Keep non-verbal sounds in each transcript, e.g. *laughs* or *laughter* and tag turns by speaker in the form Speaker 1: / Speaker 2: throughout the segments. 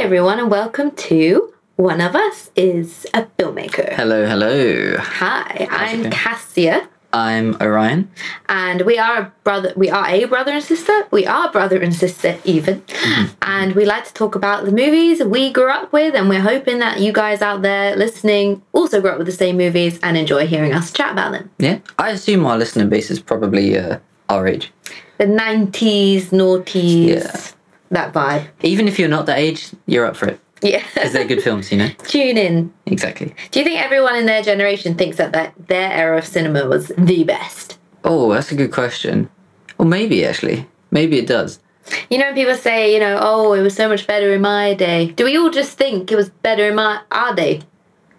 Speaker 1: everyone, and welcome to One of Us is a Filmmaker.
Speaker 2: Hello, hello.
Speaker 1: Hi, I'm
Speaker 2: going?
Speaker 1: Cassia,
Speaker 2: I'm Orion.
Speaker 1: and we are a brother. We are a brother and sister. We are brother and sister, even.
Speaker 2: Mm-hmm.
Speaker 1: And we like to talk about the movies we grew up with, and we're hoping that you guys out there listening also grew up with the same movies and enjoy hearing us chat about them.
Speaker 2: Yeah, I assume our listener base is probably uh, our age.
Speaker 1: The '90s, noughties,
Speaker 2: Yeah.
Speaker 1: that vibe.
Speaker 2: Even if you're not that age, you're up for it.
Speaker 1: Yeah, *laughs*
Speaker 2: Because they're good films, you know? *laughs*
Speaker 1: tune in.
Speaker 2: Exactly.
Speaker 1: Do you think everyone in their generation thinks that that their era of cinema was the best?
Speaker 2: Oh, that's a good question. Or maybe, actually. Maybe it does.
Speaker 1: You know, people say, you know, oh, it was so much better in my day. Do we all just think it was better in my our day?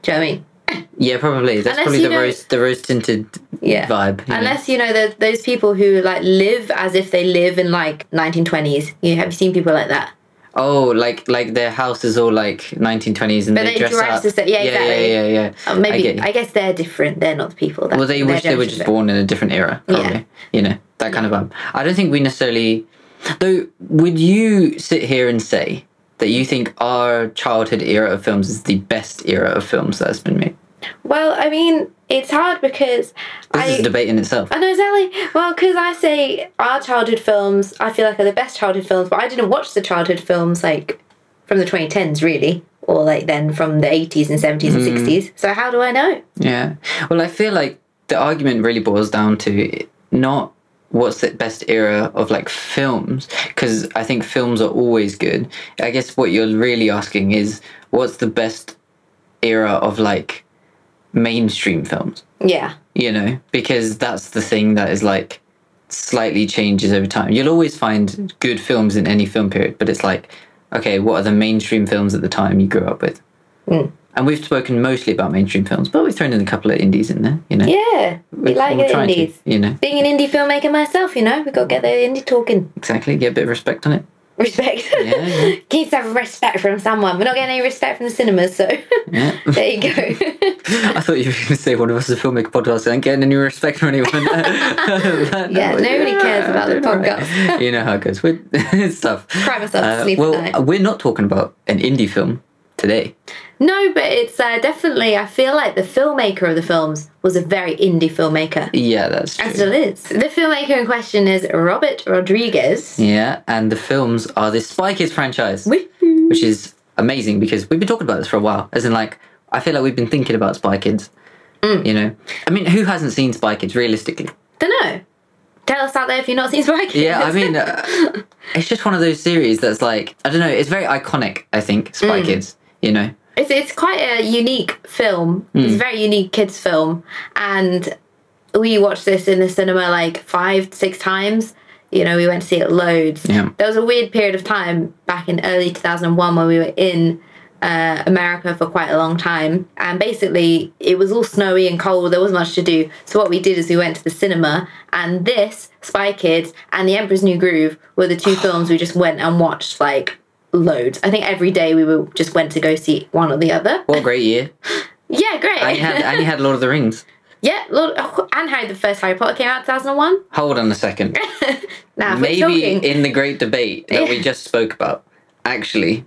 Speaker 1: Do you know what I mean?
Speaker 2: Yeah, probably. That's
Speaker 1: Unless
Speaker 2: probably
Speaker 1: you
Speaker 2: the
Speaker 1: know-
Speaker 2: rose, the rose tinted
Speaker 1: Yeah.
Speaker 2: vibe. you know?
Speaker 1: Unless you know the, those people who like live as if they live in like 1920s. You have you seen people like that?
Speaker 2: Oh, like like their house is all like 1920s and
Speaker 1: But
Speaker 2: they
Speaker 1: they
Speaker 2: dress
Speaker 1: dress
Speaker 2: up.
Speaker 1: the same- yeah, exactly.
Speaker 2: yeah, yeah, yeah.
Speaker 1: Or
Speaker 2: I
Speaker 1: Uh, maybe
Speaker 2: get
Speaker 1: I,
Speaker 2: you.
Speaker 1: guess they're different. They're not the people that.
Speaker 2: Well, they
Speaker 1: their
Speaker 2: wish they were
Speaker 1: generation's
Speaker 2: just born in a different era, probably. You know, that kind of vibe. I don't think we necessarily. Though, would you sit here and say that you think our childhood era of films is the best era of films that has been made?
Speaker 1: been. Well, I mean, it's hard because
Speaker 2: This
Speaker 1: I
Speaker 2: is a debate in itself.
Speaker 1: I know exactly. Well, because I say our childhood films, I feel like are the best childhood films, but I didn't watch the childhood films like from the 2010s really, or like then from the 80s and 70s
Speaker 2: Mm.
Speaker 1: and 60s. So how do I know?
Speaker 2: Yeah. Well, I feel like the argument really boils down to not what's the best era of like films, because I think films are always good. I guess what you're really asking is what's the best era of like mainstream films,
Speaker 1: Yeah,
Speaker 2: you know? Because that's the thing that is like slightly changes over time. You'll always find good films in any film period, but it's like, okay, what are the mainstream films at the time you grew up with?
Speaker 1: Mm.
Speaker 2: And we've spoken mostly about mainstream films, but we've thrown in a couple of indies in there, you know.
Speaker 1: yeah. We
Speaker 2: We're-
Speaker 1: like
Speaker 2: we're
Speaker 1: the
Speaker 2: trying to,
Speaker 1: indies.
Speaker 2: you know,
Speaker 1: Being an indie filmmaker myself, you know, we gotta get the indie talking.
Speaker 2: exactly. Get a bit of respect on it.
Speaker 1: Respect.
Speaker 2: Yeah,
Speaker 1: *laughs*
Speaker 2: yeah.
Speaker 1: Keeps have respect from someone. We're not getting any respect from the cinemas, so *laughs*
Speaker 2: Yeah.
Speaker 1: there you go. *laughs*
Speaker 2: I thought you were going to say one of us is a filmmaker podcast. I ain't getting any respect from
Speaker 1: *laughs*
Speaker 2: anyone. *laughs*
Speaker 1: Yeah, nobody cares about the podcast.
Speaker 2: you know how it goes. *laughs* We're, it's tough.
Speaker 1: Cry myself to sleep at
Speaker 2: well,
Speaker 1: night.
Speaker 2: we're not talking about an indie film today.
Speaker 1: no, but it's uh, definitely. I feel like the filmmaker of the films was a very indie filmmaker.
Speaker 2: Yeah, that's true.
Speaker 1: And still is. The filmmaker in question is Robert Rodriguez.
Speaker 2: Yeah, and the films are the Spy Kids franchise,
Speaker 1: Woohoo.
Speaker 2: which is amazing because we've been talking about this for a while. As in, like, I feel like we've been thinking about Spy Kids.
Speaker 1: Mm.
Speaker 2: You know, I mean, who hasn't seen Spy Kids realistically?
Speaker 1: Dunno. Tell us out there if you've not seen Spy Kids.
Speaker 2: Yeah, I mean, uh, it's just one of those series that's like I don't know. It's very iconic. I think Spy
Speaker 1: Mm.
Speaker 2: Kids. You know,
Speaker 1: *laughs* it's, it's quite a unique film.
Speaker 2: Hmm.
Speaker 1: It's a very unique kids' film. And we watched this in the cinema like five, six times. You know, we went to see it loads.
Speaker 2: Yeah.
Speaker 1: There was a weird period of time back in early 2001 when we were in uh, America for quite a long time. And basically, it was all snowy and cold. There wasn't much to do. So, what we did is we went to the cinema, and this, Spy Kids, and The Emperor's New Groove were the
Speaker 2: *gasps*
Speaker 1: two films we just went and watched like loads. I think every day we were just went to go see one or the other.
Speaker 2: what a great year!
Speaker 1: Yeah, great.
Speaker 2: And you
Speaker 1: *laughs*
Speaker 2: had and you had Lord of the Rings.
Speaker 1: yeah, Lord, oh, and how the first Harry Potter came out in 2001.
Speaker 2: Hold on a second.
Speaker 1: Now, if we're
Speaker 2: Maybe
Speaker 1: talking.
Speaker 2: in the great debate that we just spoke about, actually,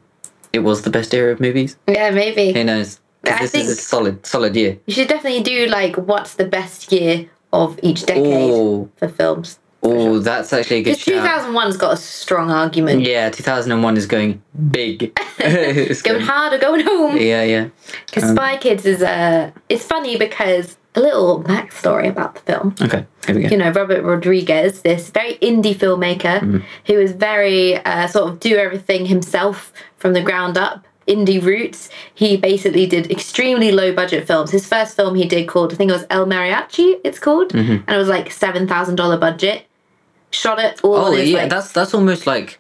Speaker 2: it was the best era of movies.
Speaker 1: yeah, maybe.
Speaker 2: Who knows? 'Cause
Speaker 1: I
Speaker 2: this
Speaker 1: think-
Speaker 2: is a solid, solid year.
Speaker 1: You should definitely do like what's the best year of each decade
Speaker 2: Oh,
Speaker 1: for films.
Speaker 2: oh, that's actually a good
Speaker 1: Because
Speaker 2: shout.
Speaker 1: 2001's got a strong argument.
Speaker 2: Yeah, two thousand and one is going big. *laughs* It's
Speaker 1: Going
Speaker 2: going-
Speaker 1: hard or going *laughs* home.
Speaker 2: Yeah, um, yeah.
Speaker 1: Because Spy Kids is Uh, it's funny because a little backstory about the film.
Speaker 2: Okay, here we go.
Speaker 1: You know, Robert Rodriguez, this very indie filmmaker
Speaker 2: Mm-hmm.
Speaker 1: who is very uh, sort of do everything himself from the ground up, indie roots. He basically did extremely low budget films. His first film he did called, I think it was El Mariachi, it's called,
Speaker 2: Mm-hmm.
Speaker 1: and it was like $7,000 budget. Shot it all.
Speaker 2: Oh
Speaker 1: those,
Speaker 2: yeah,
Speaker 1: like-
Speaker 2: that's that's almost like,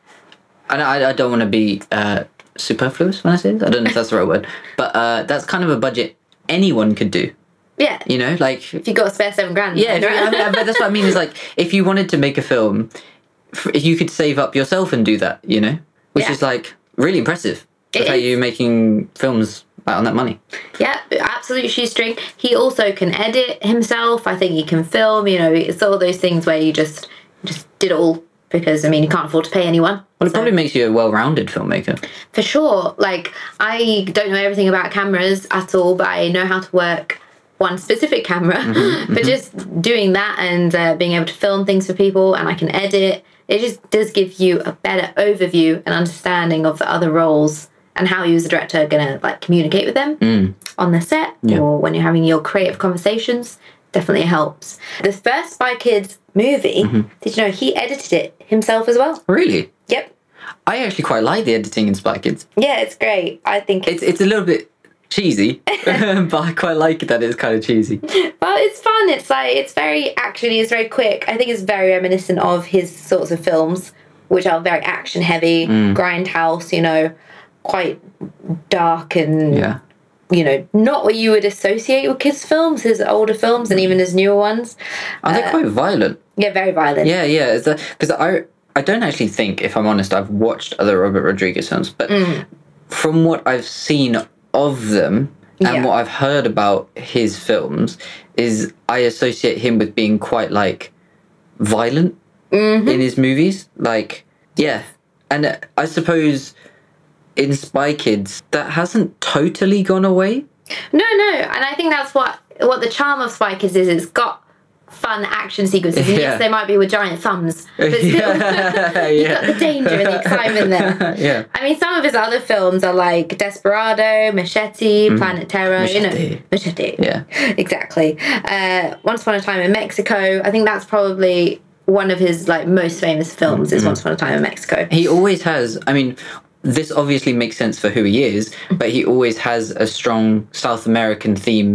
Speaker 2: and I I don't want to be uh, superfluous when I say this. I don't know if that's the right word, but uh, that's kind of a budget anyone could do.
Speaker 1: yeah.
Speaker 2: You know, like yeah,
Speaker 1: If you got a spare seven grand,
Speaker 2: if you, I mean, but that's what I mean. Is like if you wanted to make a film, f- you could save up yourself and do that. You know, which
Speaker 1: Yeah.
Speaker 2: is like really impressive.
Speaker 1: It
Speaker 2: Look how
Speaker 1: is.
Speaker 2: you making films out on that money.
Speaker 1: Yeah, absolute shoestring. He also can edit himself. I think he can film. You know, it's all those things where you just just did it all because I mean you can't afford to pay anyone.
Speaker 2: Well, it
Speaker 1: So-
Speaker 2: probably makes you a well-rounded filmmaker.
Speaker 1: for sure. Like I don't know everything about cameras at all, but I know how to work one specific camera. *laughs* but just doing that and uh, being able to film things for people, and I can edit. It just does give you a better overview and understanding of the other roles and how you as a director are gonna like communicate with them on the set or when you're having your creative conversations. Definitely helps. The first Spy Kids movie, did you know he edited it himself as well?
Speaker 2: Really,
Speaker 1: Yep.
Speaker 2: I actually quite like the editing in Spy Kids.
Speaker 1: Yeah, it's great. I think
Speaker 2: It's it's a little bit
Speaker 1: *laughs*
Speaker 2: cheesy, *laughs* but I quite like it that it's kind of cheesy.
Speaker 1: But it's fun. It's like it's very actiony. It's very quick. I think it's very reminiscent of his sorts of films, which are very action heavy,
Speaker 2: Mm.
Speaker 1: grindhouse. You know, quite dark and
Speaker 2: Yeah.
Speaker 1: you know not what you would associate with kids' films. His older films and even his newer ones. Um,
Speaker 2: Are they quite violent?
Speaker 1: Yeah, very violent.
Speaker 2: Uh, Yeah, yeah. Because I I don't actually think, if I'm honest, I've watched other Robert Rodriguez films, but from what I've seen of them and
Speaker 1: Yeah.
Speaker 2: what I've heard about his films, is I associate him with being quite like violent in his movies. Like, yeah, and uh, I suppose in Spy Kids that hasn't totally gone away.
Speaker 1: No, no, and I think that's what what the charm of Spy Kids is. It's got fun action sequences. And
Speaker 2: Yeah.
Speaker 1: Yes, they might be with giant thumbs, but still,
Speaker 2: *laughs* yeah,
Speaker 1: you've *laughs* got the danger and the excitement there.
Speaker 2: *laughs* yeah.
Speaker 1: I mean, some of his other films are like Desperado, Machete, Planet Terror. You know,
Speaker 2: Mm. Machete.
Speaker 1: Machete.
Speaker 2: Yeah.
Speaker 1: *laughs* exactly. Uh, Once Upon a Time in Mexico. I think that's probably one of his like most famous films. Is Once Upon a Time in Mexico.
Speaker 2: Mm. He always has. I mean, this obviously makes sense for who he is, but he always has a strong South American theme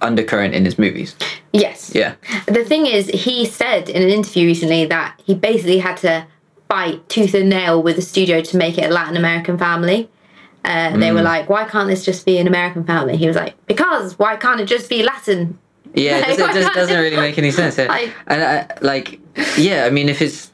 Speaker 2: undercurrent in his movies.
Speaker 1: Yes.
Speaker 2: Yeah.
Speaker 1: The thing is, he said in an interview recently that he basically had to fight tooth and nail with the studio to make it a Latin American family. Uh, They
Speaker 2: Mm.
Speaker 1: were like, "Why can't this just be an American family?" He was like, "Because why can't it just be Latin?"
Speaker 2: Yeah, it,
Speaker 1: Like,
Speaker 2: just, it
Speaker 1: why
Speaker 2: just doesn't
Speaker 1: not?
Speaker 2: really make any
Speaker 1: *laughs*
Speaker 2: sense. Yeah.
Speaker 1: Like-
Speaker 2: and I, like, yeah, I mean, if it's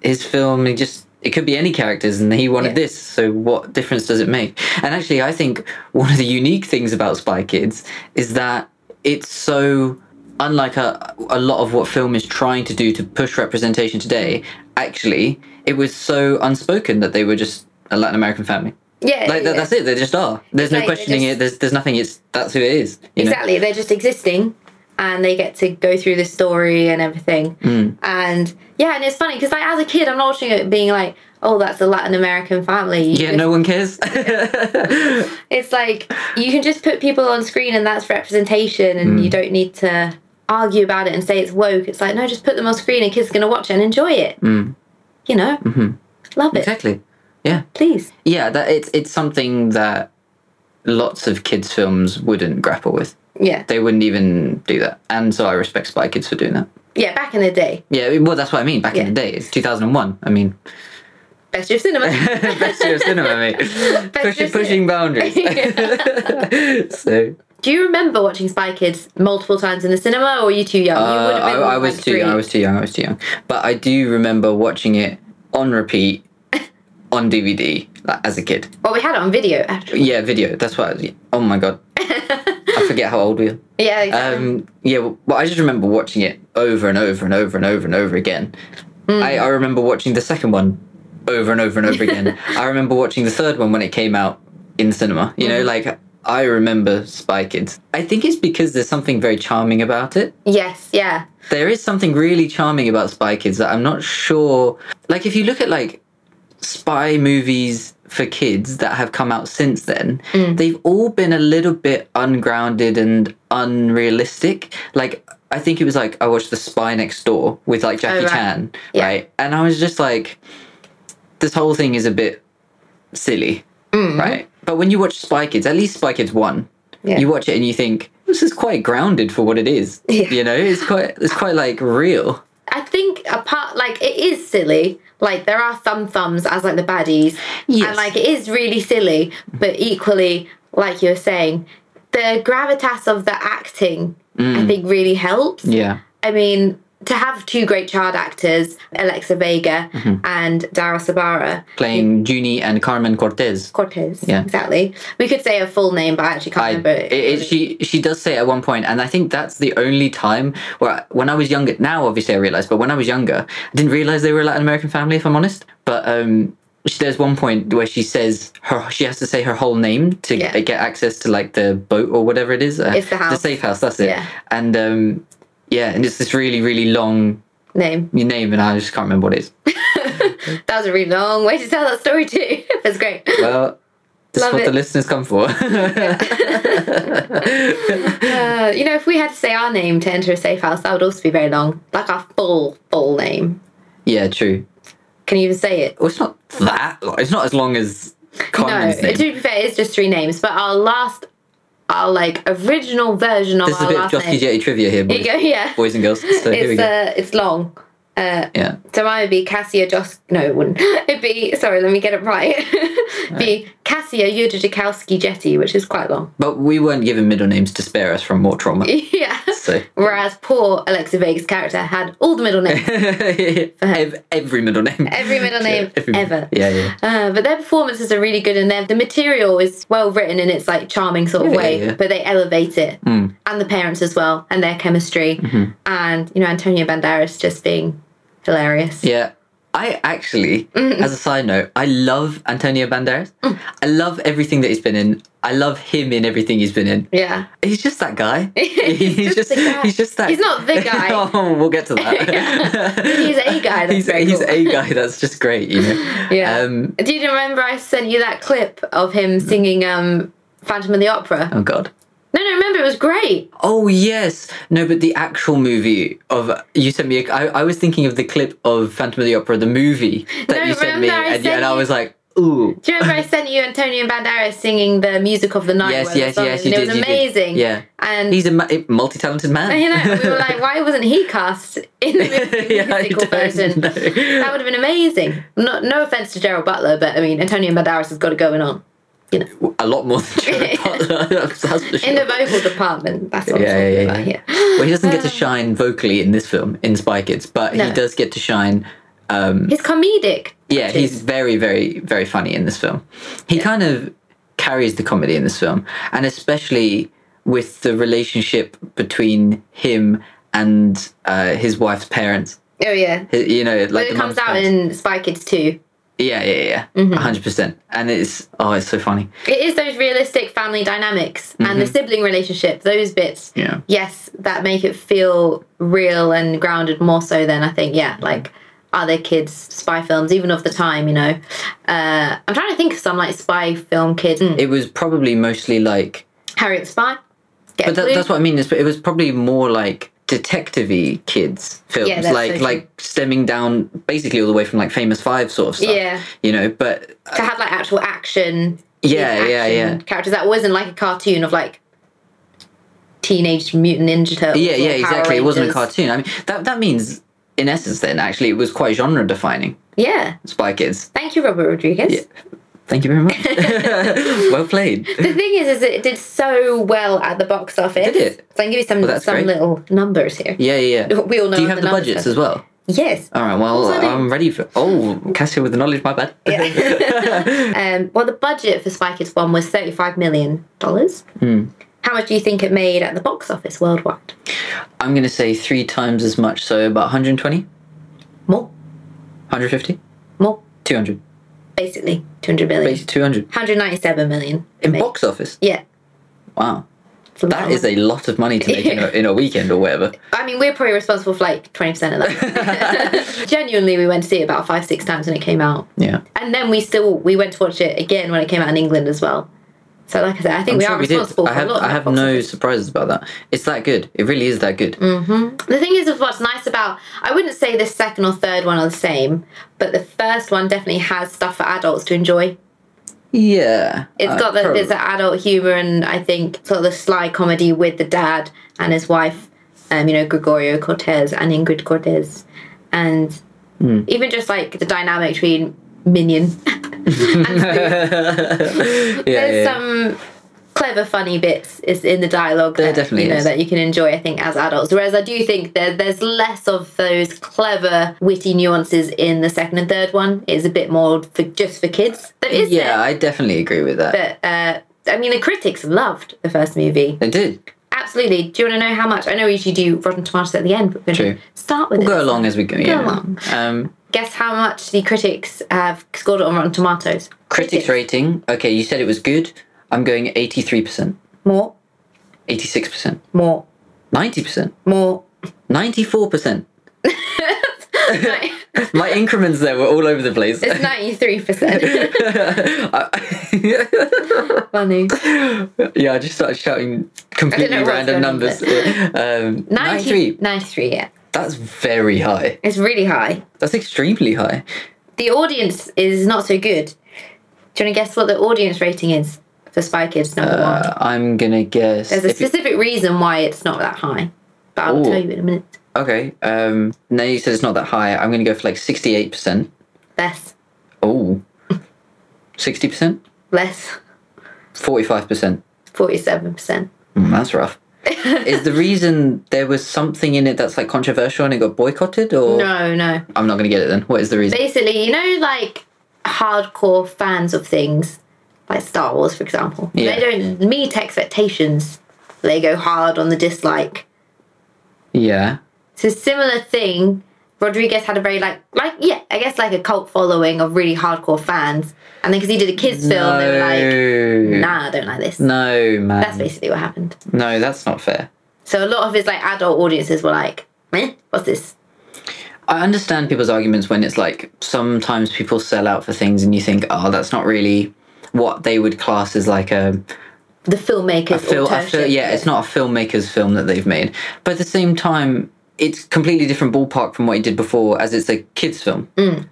Speaker 2: his film, it just it could be any characters, and he wanted
Speaker 1: Yeah.
Speaker 2: this. So what difference does it make? And actually, I think one of the unique things about Spy Kids is that it's so unlike a, a lot of what film is trying to do to push representation today. Actually, it was so unspoken that they were just a Latin American family.
Speaker 1: Yeah,
Speaker 2: Like
Speaker 1: yeah.
Speaker 2: that, that's it. They just are. There's no
Speaker 1: like, they
Speaker 2: questioning
Speaker 1: just-
Speaker 2: it. There's there's nothing. It's that's who it is. You know?
Speaker 1: exactly they're just existing and they get to go through the story and everything
Speaker 2: Mm.
Speaker 1: and yeah and it's funny because like as a kid i'm not watching it being like oh that's a latin american family You
Speaker 2: Yeah,
Speaker 1: just-
Speaker 2: no one
Speaker 1: *laughs*
Speaker 2: cares.
Speaker 1: it's like you can just put people on screen and that's representation
Speaker 2: Mm.
Speaker 1: and you don't need to argue about it and say it's woke it's like no just put them on screen and kids are going to watch it and enjoy it you know love it
Speaker 2: Mm. Mm-hmm. Exactly. Yeah.
Speaker 1: please
Speaker 2: Yeah, that it's it's something that lots of kids films wouldn't grapple with.
Speaker 1: yeah
Speaker 2: They wouldn't even do that. And so I respect Spy Kids for doing that.
Speaker 1: yeah back in the day
Speaker 2: Yeah, I mean, well that's what I mean. Back in the day, it's 2001. I mean, *laughs*
Speaker 1: best of cinema
Speaker 2: best year of cinema,
Speaker 1: *laughs*
Speaker 2: mate.
Speaker 1: year
Speaker 2: pushing
Speaker 1: of
Speaker 2: pushing
Speaker 1: *laughs*
Speaker 2: boundaries. *laughs* so
Speaker 1: do you remember watching spy kids multiple times in the cinema or were you too young you
Speaker 2: uh,
Speaker 1: would've
Speaker 2: I,
Speaker 1: been,
Speaker 2: I was
Speaker 1: like,
Speaker 2: too
Speaker 1: three.
Speaker 2: young. I was too young. I was too young. But I do remember watching it on repeat
Speaker 1: *laughs*
Speaker 2: on DVD like, as a kid.
Speaker 1: Well, we had it on video. *laughs* Actually.
Speaker 2: Yeah, video. That's what. I was, oh my god, I forget how old we are.
Speaker 1: Yeah, exactly.
Speaker 2: Um, yeah, well, well, I just remember watching it over and over and over and over and over again. I, I remember watching the second one over and over and over again. I remember watching the third one when it came out in cinema. You know, like I remember Spy Kids. I think it's because there's something very charming about it.
Speaker 1: yes, yeah,
Speaker 2: There is something really charming about Spy Kids that I'm not sure. Like, if you look at like spy movies for kids that have come out since then,
Speaker 1: Mm.
Speaker 2: they've all been a little bit ungrounded and unrealistic. Like, I think it was like I watched The Spy Next Door with like Jackie
Speaker 1: Oh, right.
Speaker 2: Chan,
Speaker 1: Yeah.
Speaker 2: right? And I was just like, this whole thing is a bit silly, right? But when you watch Spy Kids, at least Spy Kids 1,
Speaker 1: Mm-hmm. Yeah.
Speaker 2: you watch it and you think, this is quite grounded for what it is.
Speaker 1: Yeah.
Speaker 2: You know, it's quite, it's quite like real.
Speaker 1: I think apart, like it is silly. Like there are some thumbs as like the baddies, and
Speaker 2: Yes.
Speaker 1: like it is really silly. But equally, like you were saying, the gravitas of the acting, I think, really helps.
Speaker 2: Mm. Yeah.
Speaker 1: I mean, to have two great child actors, Alexa Vega
Speaker 2: Mm-hmm.
Speaker 1: and Dara Sabara
Speaker 2: playing Junie and Carmen Cortez.
Speaker 1: Cortez.
Speaker 2: Yeah.
Speaker 1: Exactly. We could say her full name, but I actually can't
Speaker 2: I,
Speaker 1: remember
Speaker 2: it, it, she she does say at one point, and I think that's the only time where I- when I was younger. Now, obviously, I realized, but when I was younger, I didn't realize they were a Latin American family. If I'm honest, but um, she, there's one point where she says her she has to say her whole name to
Speaker 1: Yeah.
Speaker 2: get access to like the boat or whatever it is. Uh,
Speaker 1: It's the house.
Speaker 2: safe house. That's it.
Speaker 1: Yeah.
Speaker 2: And um, yeah, and it's this really really long
Speaker 1: name.
Speaker 2: name, and I just can't remember what
Speaker 1: *laughs*
Speaker 2: it is.
Speaker 1: That was a really long way to tell that story *laughs* too. That's great.
Speaker 2: Well. This is
Speaker 1: Love
Speaker 2: what the
Speaker 1: it.
Speaker 2: listeners come for. *laughs*
Speaker 1: Uh, you know, if we had to say our name to enter a safe house, that would also be very long. Like our full, full name.
Speaker 2: yeah, true.
Speaker 1: Can you even say it?
Speaker 2: Well, it's not that long. It's not as long as Carmen's
Speaker 1: no,
Speaker 2: name.
Speaker 1: to be fair, it's just three names. But our last, our like original version of
Speaker 2: This is a
Speaker 1: our
Speaker 2: bit of
Speaker 1: last
Speaker 2: Josky
Speaker 1: name.
Speaker 2: Jetty trivia here,
Speaker 1: Here you
Speaker 2: boys,
Speaker 1: go, yeah.
Speaker 2: boys and girls. So
Speaker 1: *laughs*
Speaker 2: here we
Speaker 1: It's
Speaker 2: go.
Speaker 1: uh, it's long. Uh,
Speaker 2: yeah.
Speaker 1: so mine would be Cassia Jos. No, it wouldn't. *laughs* It'd be sorry. Let me get it right. *laughs* be Cassia Yudajakowski Jetty, which is quite long. *laughs*
Speaker 2: But we weren't given middle names to spare us from more trauma.
Speaker 1: yeah.
Speaker 2: So *laughs*
Speaker 1: Whereas poor Alexa Vega's character had all the middle names,
Speaker 2: Ev- every middle name. *laughs*
Speaker 1: every middle name
Speaker 2: Every-
Speaker 1: ever.
Speaker 2: Yeah, yeah.
Speaker 1: Uh, but their performances are really good, and their the material is well written in its like charming sort of
Speaker 2: Yeah,
Speaker 1: way.
Speaker 2: yeah.
Speaker 1: But they elevate it,
Speaker 2: Mm.
Speaker 1: and the parents as well, and their chemistry,
Speaker 2: Mm-hmm.
Speaker 1: and you know Antonio Banderas just being hilarious.
Speaker 2: Yeah. I actually,
Speaker 1: Mm.
Speaker 2: as a side note, I love Antonio Banderas. I love everything that he's been in. I love him in everything he's been in.
Speaker 1: Yeah.
Speaker 2: He's just that guy.
Speaker 1: *laughs* He's just the guy.
Speaker 2: *laughs* he's just that.
Speaker 1: He's not
Speaker 2: *laughs*
Speaker 1: the guy.
Speaker 2: oh, we'll get to
Speaker 1: *laughs*
Speaker 2: that. *laughs*
Speaker 1: He's a guy, that's
Speaker 2: he's
Speaker 1: very
Speaker 2: he's
Speaker 1: cool.
Speaker 2: a guy. That's just great. You know.
Speaker 1: *laughs* Yeah.
Speaker 2: Um,
Speaker 1: Do you remember I sent you that clip of him singing um, Phantom of the Opera?
Speaker 2: oh God.
Speaker 1: No, no, remember it was great.
Speaker 2: Oh yes, no, but the actual movie of you sent me. A, I, I was thinking of the clip of Phantom of the Opera, the movie that
Speaker 1: No,
Speaker 2: you sent me,
Speaker 1: remember I
Speaker 2: and, you- and
Speaker 1: sent
Speaker 2: I
Speaker 1: you-
Speaker 2: was like, ooh.
Speaker 1: Do you remember I sent you Antonio Banderas singing the music of the night?
Speaker 2: Yes,
Speaker 1: where the
Speaker 2: yes,
Speaker 1: song
Speaker 2: yes,
Speaker 1: is,
Speaker 2: you
Speaker 1: and It
Speaker 2: did.
Speaker 1: was
Speaker 2: you did.
Speaker 1: amazing.
Speaker 2: Yeah,
Speaker 1: And
Speaker 2: he's a ma- multi-talented man.
Speaker 1: you know, we were like, why wasn't he cast in
Speaker 2: *laughs*
Speaker 1: the
Speaker 2: Yeah, I
Speaker 1: musical
Speaker 2: don't
Speaker 1: version?
Speaker 2: know.
Speaker 1: That would have been amazing. No, no offense to Gerald Butler, but I mean, Antonio Banderas has got it going on
Speaker 2: *laughs* a lot more than
Speaker 1: *laughs*
Speaker 2: Jared Butler. *laughs* that's for sure.
Speaker 1: in the vocal department. That's what
Speaker 2: Yeah,
Speaker 1: I'm
Speaker 2: yeah,
Speaker 1: talking
Speaker 2: yeah.
Speaker 1: about here.
Speaker 2: well, he doesn't get to shine vocally in this film in Spy Kids, but
Speaker 1: Um, No.
Speaker 2: he does get to shine.
Speaker 1: *gasps*
Speaker 2: Um,
Speaker 1: He's comedic.
Speaker 2: yeah,
Speaker 1: touches.
Speaker 2: he's very, very, very funny in this film. He kind of carries the comedy in this film, and especially with the relationship between him and uh, his wife's parents.
Speaker 1: Oh yeah.
Speaker 2: Hi- You know,
Speaker 1: But
Speaker 2: like the
Speaker 1: it comes
Speaker 2: mum's
Speaker 1: out Mm-hmm.
Speaker 2: parents.
Speaker 1: in Spy Kids too.
Speaker 2: yeah, yeah, yeah, a hundred percent. And it's oh, it's so funny.
Speaker 1: It is those realistic family dynamics and the sibling relationship, those bits.
Speaker 2: Mm-hmm. Yeah.
Speaker 1: Yes, that make it feel real and grounded more so than I think, yeah, like other kids' spy films, even of the time, you know. Uh, I'm trying to think of some like spy film kids. Mm.
Speaker 2: It was probably mostly like
Speaker 1: Harriet the Spy. Get
Speaker 2: But that,
Speaker 1: Blue.
Speaker 2: that's what I mean. Is it was probably more like detective-y kids films,
Speaker 1: Yeah, that's
Speaker 2: like
Speaker 1: so true.
Speaker 2: like stemming down basically all the way from like Famous Five sort of stuff.
Speaker 1: Yeah.
Speaker 2: you know. But uh,
Speaker 1: to have like actual action.
Speaker 2: Yeah,
Speaker 1: these
Speaker 2: yeah,
Speaker 1: action
Speaker 2: yeah.
Speaker 1: Characters that wasn't like a cartoon of like teenage mutant ninja turtles.
Speaker 2: yeah,
Speaker 1: or
Speaker 2: yeah,
Speaker 1: Power
Speaker 2: exactly. It wasn't a
Speaker 1: Rangers.
Speaker 2: cartoon. I mean, that that means in essence, then actually, it was quite genre-defining.
Speaker 1: Yeah.
Speaker 2: Spy Kids.
Speaker 1: Thank you, Robert Rodriguez.
Speaker 2: Thank you
Speaker 1: *laughs*
Speaker 2: very much. *laughs* well played.
Speaker 1: The thing is, is it did so well at the box office.
Speaker 2: Did it?
Speaker 1: So I can give you some
Speaker 2: that's
Speaker 1: some
Speaker 2: great.
Speaker 1: little numbers here.
Speaker 2: Yeah, yeah. yeah.
Speaker 1: We all know
Speaker 2: Do you
Speaker 1: the
Speaker 2: have the Oh.
Speaker 1: numbers,
Speaker 2: budgets
Speaker 1: but-
Speaker 2: as well?
Speaker 1: Yes.
Speaker 2: All right. Well,
Speaker 1: course I do.
Speaker 2: I'm ready for. Oh, Cassia with the knowledge. My bad.
Speaker 1: *laughs* Um, well, the budget for Spy Kids one was thirty five million dollars.
Speaker 2: Hmm.
Speaker 1: How much do you think it made at the box office worldwide?
Speaker 2: I'm gonna say three times as much. So about 120,
Speaker 1: More,
Speaker 2: 150,
Speaker 1: more,
Speaker 2: 200,
Speaker 1: basically two hundred million.
Speaker 2: basically 200.
Speaker 1: One hundred ninety seven million. it
Speaker 2: in
Speaker 1: made.
Speaker 2: box office.
Speaker 1: Yeah.
Speaker 2: Wow,
Speaker 1: something
Speaker 2: that is
Speaker 1: like
Speaker 2: a lot of money to
Speaker 1: *laughs*
Speaker 2: make in a, in a weekend or whatever.
Speaker 1: that. I mean, we're probably responsible for like twenty percent of that.
Speaker 2: *laughs*
Speaker 1: *laughs* Genuinely, we went to see it about five, six times when it came out,
Speaker 2: Yeah,
Speaker 1: and then we still we went to watch it again when it came out in England as well. So, like I said, I think
Speaker 2: I'm
Speaker 1: we
Speaker 2: sure
Speaker 1: are
Speaker 2: did.
Speaker 1: responsible
Speaker 2: I
Speaker 1: for
Speaker 2: have
Speaker 1: a lot.
Speaker 2: I
Speaker 1: of
Speaker 2: have
Speaker 1: that box
Speaker 2: no
Speaker 1: office.
Speaker 2: surprises about that. It's that good. It really is that good.
Speaker 1: The thing is, with what's nice about, I wouldn't say the second or third one are the same, but the first one definitely has stuff for adults to enjoy.
Speaker 2: Yeah,
Speaker 1: It's
Speaker 2: Uh,
Speaker 1: got the,
Speaker 2: probably.
Speaker 1: there's the adult humor and I think sort of the sly comedy with the dad and his wife, um, you know, Gregorio Cortez and Ingrid Cortez, and
Speaker 2: Hmm.
Speaker 1: even just like the dynamic
Speaker 2: *laughs*
Speaker 1: between Minion. *laughs* and food. *laughs*
Speaker 2: yeah, yeah,
Speaker 1: There's
Speaker 2: yeah.
Speaker 1: some clever, funny bits is in the dialogue
Speaker 2: There
Speaker 1: that,
Speaker 2: definitely
Speaker 1: you know
Speaker 2: is.
Speaker 1: that you can enjoy. I think as adults, whereas I do think that there's less of those clever, witty nuances in the second and third one. It's a bit more for just for kids. There is
Speaker 2: yeah, I definitely agree with that.
Speaker 1: there, but uh, I mean, the critics loved the first movie.
Speaker 2: They did.
Speaker 1: Absolutely. Do you want to know how much? I know we usually do Rotten Tomatoes at the end, but we're gonna
Speaker 2: True.
Speaker 1: start with
Speaker 2: We'll
Speaker 1: it.
Speaker 2: go along as we go. yeah.
Speaker 1: along.
Speaker 2: Um,
Speaker 1: Guess how much the critics have scored it on Rotten Tomatoes?
Speaker 2: critics rating. Okay, you said it was good. I'm going 83%,
Speaker 1: More,
Speaker 2: 86%,
Speaker 1: more,
Speaker 2: 90%, *laughs*
Speaker 1: more.
Speaker 2: 94%.
Speaker 1: it's *laughs*
Speaker 2: My increments there were all over the place.
Speaker 1: 93%.
Speaker 2: I- *laughs*
Speaker 1: Funny.
Speaker 2: yeah, I just started shouting completely
Speaker 1: know what's
Speaker 2: random
Speaker 1: going on
Speaker 2: numbers. *laughs* Um,
Speaker 1: 90,
Speaker 2: 93.
Speaker 1: 93, yeah.
Speaker 2: That's very high.
Speaker 1: It's really high.
Speaker 2: That's extremely high.
Speaker 1: The audience is not so good. Do you want to guess what the audience rating is for Spy Kids number one?
Speaker 2: Uh, I'm gonna guess.
Speaker 1: There's a
Speaker 2: if you-
Speaker 1: specific reason why it's not that high, but I'll
Speaker 2: Ooh.
Speaker 1: tell you in a minute.
Speaker 2: okay. Um, now you said it's not that high. I'm gonna go for like 68%.
Speaker 1: Less,
Speaker 2: Oh. 60%?
Speaker 1: less, *laughs*
Speaker 2: 45%.
Speaker 1: 47%.
Speaker 2: Mm, that's
Speaker 1: *laughs*
Speaker 2: rough. Is the reason there was something in it that's like controversial and it got boycotted or
Speaker 1: No, no.
Speaker 2: I'm not gonna get it then. What is the reason?
Speaker 1: Basically, you know, like hardcore fans of things, like Star Wars, for example,
Speaker 2: Yeah.
Speaker 1: they don't meet expectations. They go hard on the dislike.
Speaker 2: yeah.
Speaker 1: It's a similar thing. Rodriguez had a very like like yeah, I guess like a cult following of really hardcore fans, and then because he did a kids film, they were like,
Speaker 2: no.
Speaker 1: nah, I don't like this.
Speaker 2: No, man.
Speaker 1: That's basically what happened.
Speaker 2: no, that's not fair.
Speaker 1: So a lot of his like adult audiences were like, eh, what's this?
Speaker 2: I understand people's arguments when it's like sometimes people sell out for things and you think, oh, that's not really what they would class as like a
Speaker 1: The filmmakers.
Speaker 2: fil- a fil-
Speaker 1: alternative.
Speaker 2: yeah, it's not a filmmaker's film that they've made. But at the same time, it's completely different ballpark from what he did before, as it's a kids' film.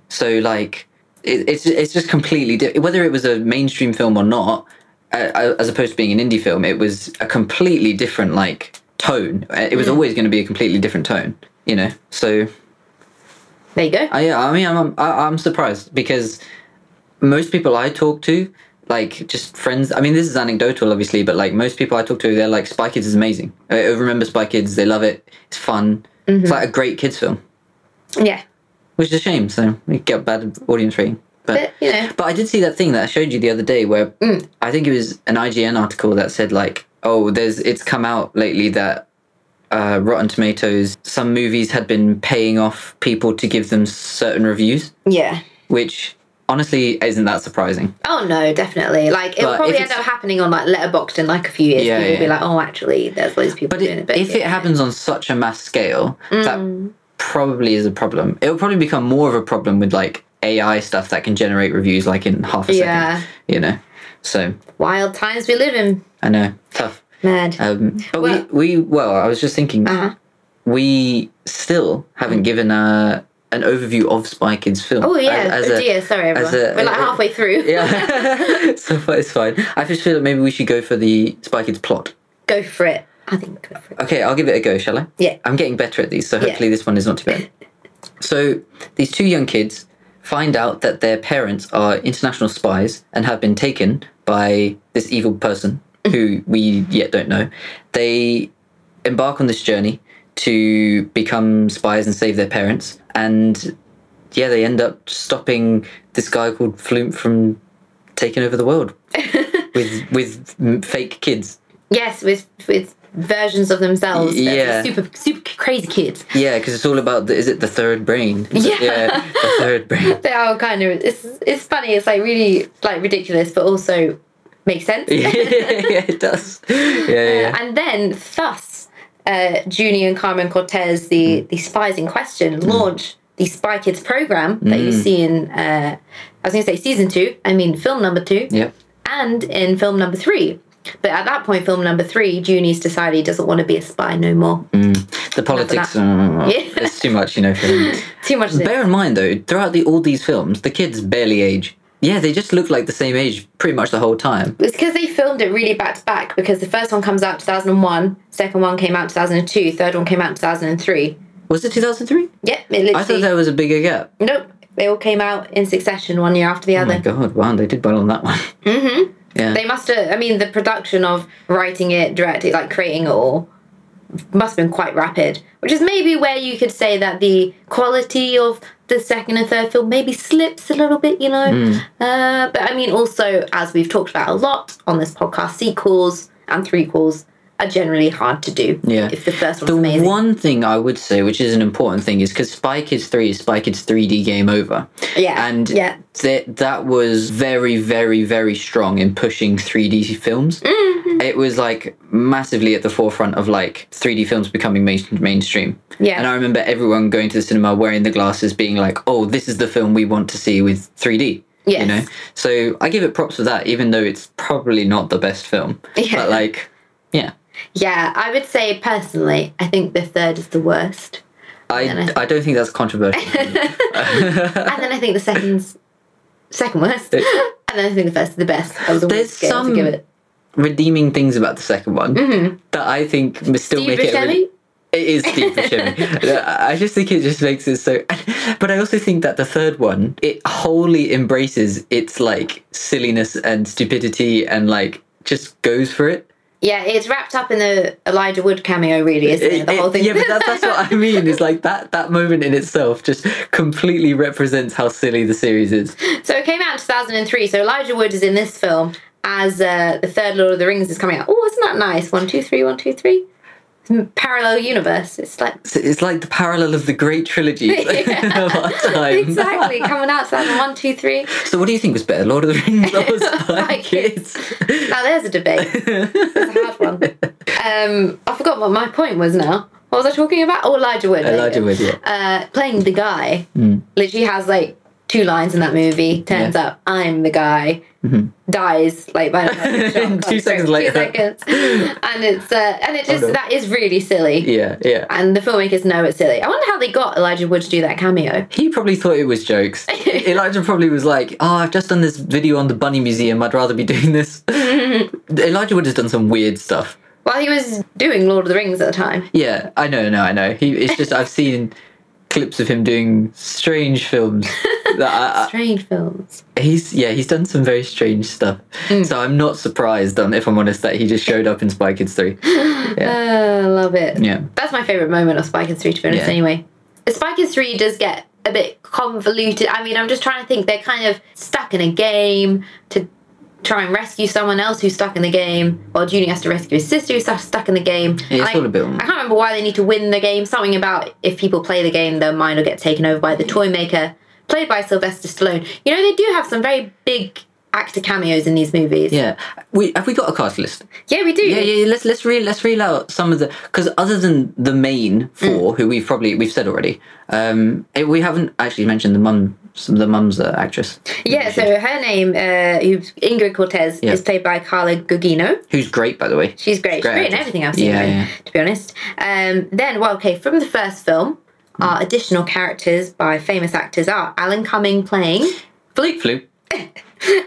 Speaker 2: So like, it, it's it's just completely di- whether it was a mainstream film or not, uh, uh, as opposed to being an indie film, it was a completely different like tone. Uh, It was always going to be a completely different tone, you know. So
Speaker 1: There you go.
Speaker 2: I, yeah, I mean, I'm, I'm I- I'm surprised because most people I talk to, like just friends. I mean, this is anecdotal, obviously, but like most people I talk to, they're like, "Spy Kids is amazing. I I remember Spy Kids. They love it. It's fun.
Speaker 1: Mm-hmm.
Speaker 2: It's like a great kids film,
Speaker 1: yeah,
Speaker 2: which is a shame. So we get bad audience rating,
Speaker 1: but you know, Mm.
Speaker 2: but I did see that thing that I showed you the other day where I think it was an IGN article that said like, oh, there's it's come out lately that uh, Rotten Tomatoes some movies had been paying off people to give them certain reviews,
Speaker 1: yeah.
Speaker 2: which honestly isn't that surprising.
Speaker 1: Oh no, definitely. Like it'll
Speaker 2: But if
Speaker 1: probably end
Speaker 2: it's-
Speaker 1: up happening on like Letterboxd in like a few years.
Speaker 2: Yeah,
Speaker 1: people will be
Speaker 2: yeah.
Speaker 1: like, oh, actually, there's loads of people
Speaker 2: But
Speaker 1: doing
Speaker 2: it,
Speaker 1: it. But
Speaker 2: if it
Speaker 1: yeah. Mm.
Speaker 2: happens on such a mass scale, that probably is a problem. It'll probably become more of a problem with like AI stuff that can generate reviews like in half a
Speaker 1: Yeah.
Speaker 2: second. You know, so
Speaker 1: wild times we live in,
Speaker 2: I know tough.
Speaker 1: mad.
Speaker 2: Um, but
Speaker 1: Well-
Speaker 2: we, we well, I was just thinking,
Speaker 1: Uh-huh.
Speaker 2: we still haven't given a an overview of Spy Kids film.
Speaker 1: Oh yeah,
Speaker 2: as, as
Speaker 1: oh,
Speaker 2: a-
Speaker 1: dear, sorry everyone.
Speaker 2: a-
Speaker 1: We're like
Speaker 2: uh,
Speaker 1: halfway through.
Speaker 2: yeah, *laughs* so far it's fine. I just feel that maybe we should go for the Spy Kids plot.
Speaker 1: go for it. I think go for it.
Speaker 2: Okay, I'll give it a go, shall I?
Speaker 1: Yeah.
Speaker 2: I'm getting better at these, so hopefully this one is not too bad. so these two young kids find out that their parents are international spies and have been taken by this evil person who we yet don't know. They embark on this journey to become spies and save their parents and yeah, they end up stopping this guy called Flume from taking over the world with with mm, fake kids.
Speaker 1: Yes, with with versions of themselves. that are
Speaker 2: Yeah.
Speaker 1: Super super crazy kids.
Speaker 2: Yeah, because it's all about the, is it the third brain? Is it-
Speaker 1: Yeah.
Speaker 2: the third brain. *laughs*
Speaker 1: They are kind of it's it's funny, it's like really like ridiculous but also makes sense.
Speaker 2: yeah, it does. Yeah, yeah.
Speaker 1: And then thus uh, Junie and Carmen Cortez, the,
Speaker 2: Mm.
Speaker 1: the spies in question, launch the Spy Kids program that
Speaker 2: Mm.
Speaker 1: you see in, uh, I was going to say season two, I mean film number two,
Speaker 2: yeah.
Speaker 1: and in film number three. But at that point, film number three, Junie's decided he doesn't want to be a spy no more.
Speaker 2: The politics,
Speaker 1: that.
Speaker 2: uh,
Speaker 1: Yeah.
Speaker 2: it's too much, you know. For them.
Speaker 1: *laughs* Too much. of it.
Speaker 2: Bear in mind, though, throughout the, all these films, the kids barely age. Yeah, they just look like the same age pretty much the whole time.
Speaker 1: It's because they filmed it really back to back because the first one comes out 2001, second one came out 2002, third one came out 2003.
Speaker 2: Was it 2003?
Speaker 1: Yep, it
Speaker 2: I thought
Speaker 1: literally.
Speaker 2: there was a bigger gap.
Speaker 1: nope, they all came out in succession one year after the
Speaker 2: Oh my
Speaker 1: other.
Speaker 2: god, wow, they did well on that one. Mm-hmm. Yeah.
Speaker 1: They must have. I mean, the production of writing it, directing, like creating it all, must have been quite rapid. Which is maybe where you could say that the quality of the second and third film maybe slips a little bit, you know.
Speaker 2: Hmm.
Speaker 1: Uh, but I mean, also as we've talked about a lot on this podcast, sequels and threequels are generally hard to do.
Speaker 2: Yeah.
Speaker 1: If the first one's
Speaker 2: The
Speaker 1: amazing.
Speaker 2: one thing I would say, which is an important thing, is because Spy Kids 3 is Spy Kids 3D game over.
Speaker 1: yeah.
Speaker 2: And
Speaker 1: yeah.
Speaker 2: that that was very, very, very strong in pushing 3D films.
Speaker 1: Mm-hmm.
Speaker 2: It was like massively at the forefront of like 3D films becoming main- mainstream.
Speaker 1: Yeah.
Speaker 2: And I remember everyone going to the cinema wearing the glasses, being like, "Oh, this is the film we want to see with 3D." You
Speaker 1: Yes.
Speaker 2: know. So I give it props for that, even though it's probably not the best film.
Speaker 1: Yeah.
Speaker 2: But like, yeah.
Speaker 1: Yeah, I would say personally, I think the third is the
Speaker 2: *laughs*
Speaker 1: worst.
Speaker 2: I, I don't think that's controversial.
Speaker 1: And then I think the second's second worst. *laughs* and then I think the first is the best. That was a weird
Speaker 2: There's
Speaker 1: scale
Speaker 2: some
Speaker 1: to give it.
Speaker 2: redeeming things about the second one that I think m- still
Speaker 1: Mm-hmm. Steve
Speaker 2: make it. a really-
Speaker 1: Buscemi?
Speaker 2: it is Steve Buscemi.
Speaker 1: *laughs*
Speaker 2: I I just think it just makes it so. *laughs* But I also think that the third one it wholly embraces its like silliness and stupidity and like just goes for it.
Speaker 1: Yeah, it's wrapped up in the Elijah Wood cameo, really, isn't it?
Speaker 2: It-
Speaker 1: the
Speaker 2: it-
Speaker 1: whole thing.
Speaker 2: Yeah, but that, that's what I mean. Is like that that moment in itself just completely represents how silly the series is.
Speaker 1: *laughs* so it came out in 2003. So Elijah Wood is in this film as uh, the third Lord of the Rings is coming out. Oh, isn't that nice? One, two, three, one, two, three. Hmm, Parallel universe. It's
Speaker 2: *laughs*
Speaker 1: like
Speaker 2: So It's like the parallel of the great trilogy
Speaker 1: *laughs*
Speaker 2: *laughs* of our time.
Speaker 1: exactly coming out 2001, 2, 3.
Speaker 2: *laughs* So, what do you think was better, Lord of the
Speaker 1: *laughs*
Speaker 2: Rings or Spy
Speaker 1: Spy
Speaker 2: Kids?
Speaker 1: Now there's a debate. That's a hard
Speaker 2: *laughs*
Speaker 1: one. Um, I forgot what my point was now. What was I talking about? Oh, Elijah Wood. there you
Speaker 2: *laughs* Elijah
Speaker 1: go.
Speaker 2: Wood, yeah.
Speaker 1: Uh, playing the guy
Speaker 2: Mm.
Speaker 1: literally has like two lines in that movie. Turns up, I'm the guy. Dies like by
Speaker 2: *laughs*
Speaker 1: like, shot,
Speaker 2: Mm-hmm. Two seconds
Speaker 1: two
Speaker 2: later.
Speaker 1: seconds. and it's uh, and it just
Speaker 2: no.
Speaker 1: that is really silly.
Speaker 2: Yeah, yeah.
Speaker 1: And the filmmakers know it's silly. I wonder how they got Elijah Wood to do that cameo.
Speaker 2: He probably thought it was jokes. Elijah probably was like, "Oh, I've just done this video on the Bunny Museum. I'd rather be doing this." Elijah Wood has done some weird stuff.
Speaker 1: Well, he was doing Lord of the Rings at the time.
Speaker 2: Yeah, I know, no, I know. He, it's just I've seen clips of him doing strange films. that I,
Speaker 1: Strange films.
Speaker 2: I, he's yeah, he's done some very strange stuff. So I'm not surprised, um, if I'm honest, that he just showed up in Spy Kids Three.
Speaker 1: Uh, love it.
Speaker 2: Yeah.
Speaker 1: That's my favourite moment of Spike and 3, to be honest,
Speaker 2: Yeah.
Speaker 1: anyway. Spike and 3 does get a bit convoluted. I mean, I'm just trying to think. They're kind of stuck in a game to try and rescue someone else who's stuck in the game, while Junior has to rescue his sister who's stuck- stuck in the game.
Speaker 2: Yeah, it's
Speaker 1: I,
Speaker 2: all a bit-
Speaker 1: I can't remember why they need to win the game. Something about if people play the game, their mind will get taken over by the toy maker, played by Sylvester Stallone. You know, they do have some very big actor cameos in these movies.
Speaker 2: Yeah, we have we got a cast list?
Speaker 1: Yeah, we do.
Speaker 2: Yeah, yeah. yeah, Let's let's reel let's reel out some of the because other than the main four
Speaker 1: Mm.
Speaker 2: who we've probably we've said already, um, eh, we haven't actually mentioned the mum the mum's uh, actress.
Speaker 1: Yeah, so her name, uh, who's Ingrid Cortez,
Speaker 2: Yeah.
Speaker 1: is played by Carla Gugino.
Speaker 2: who's great by the way.
Speaker 1: She's great. She's
Speaker 2: Great
Speaker 1: great in
Speaker 2: actress.
Speaker 1: everything I've seen,
Speaker 2: Yeah,
Speaker 1: her in,
Speaker 2: yeah.
Speaker 1: to be honest. Um, then, well, okay, from the first film, our additional characters by famous actors are Alan Cumming
Speaker 2: *laughs*
Speaker 1: playing,
Speaker 2: Fleet Flew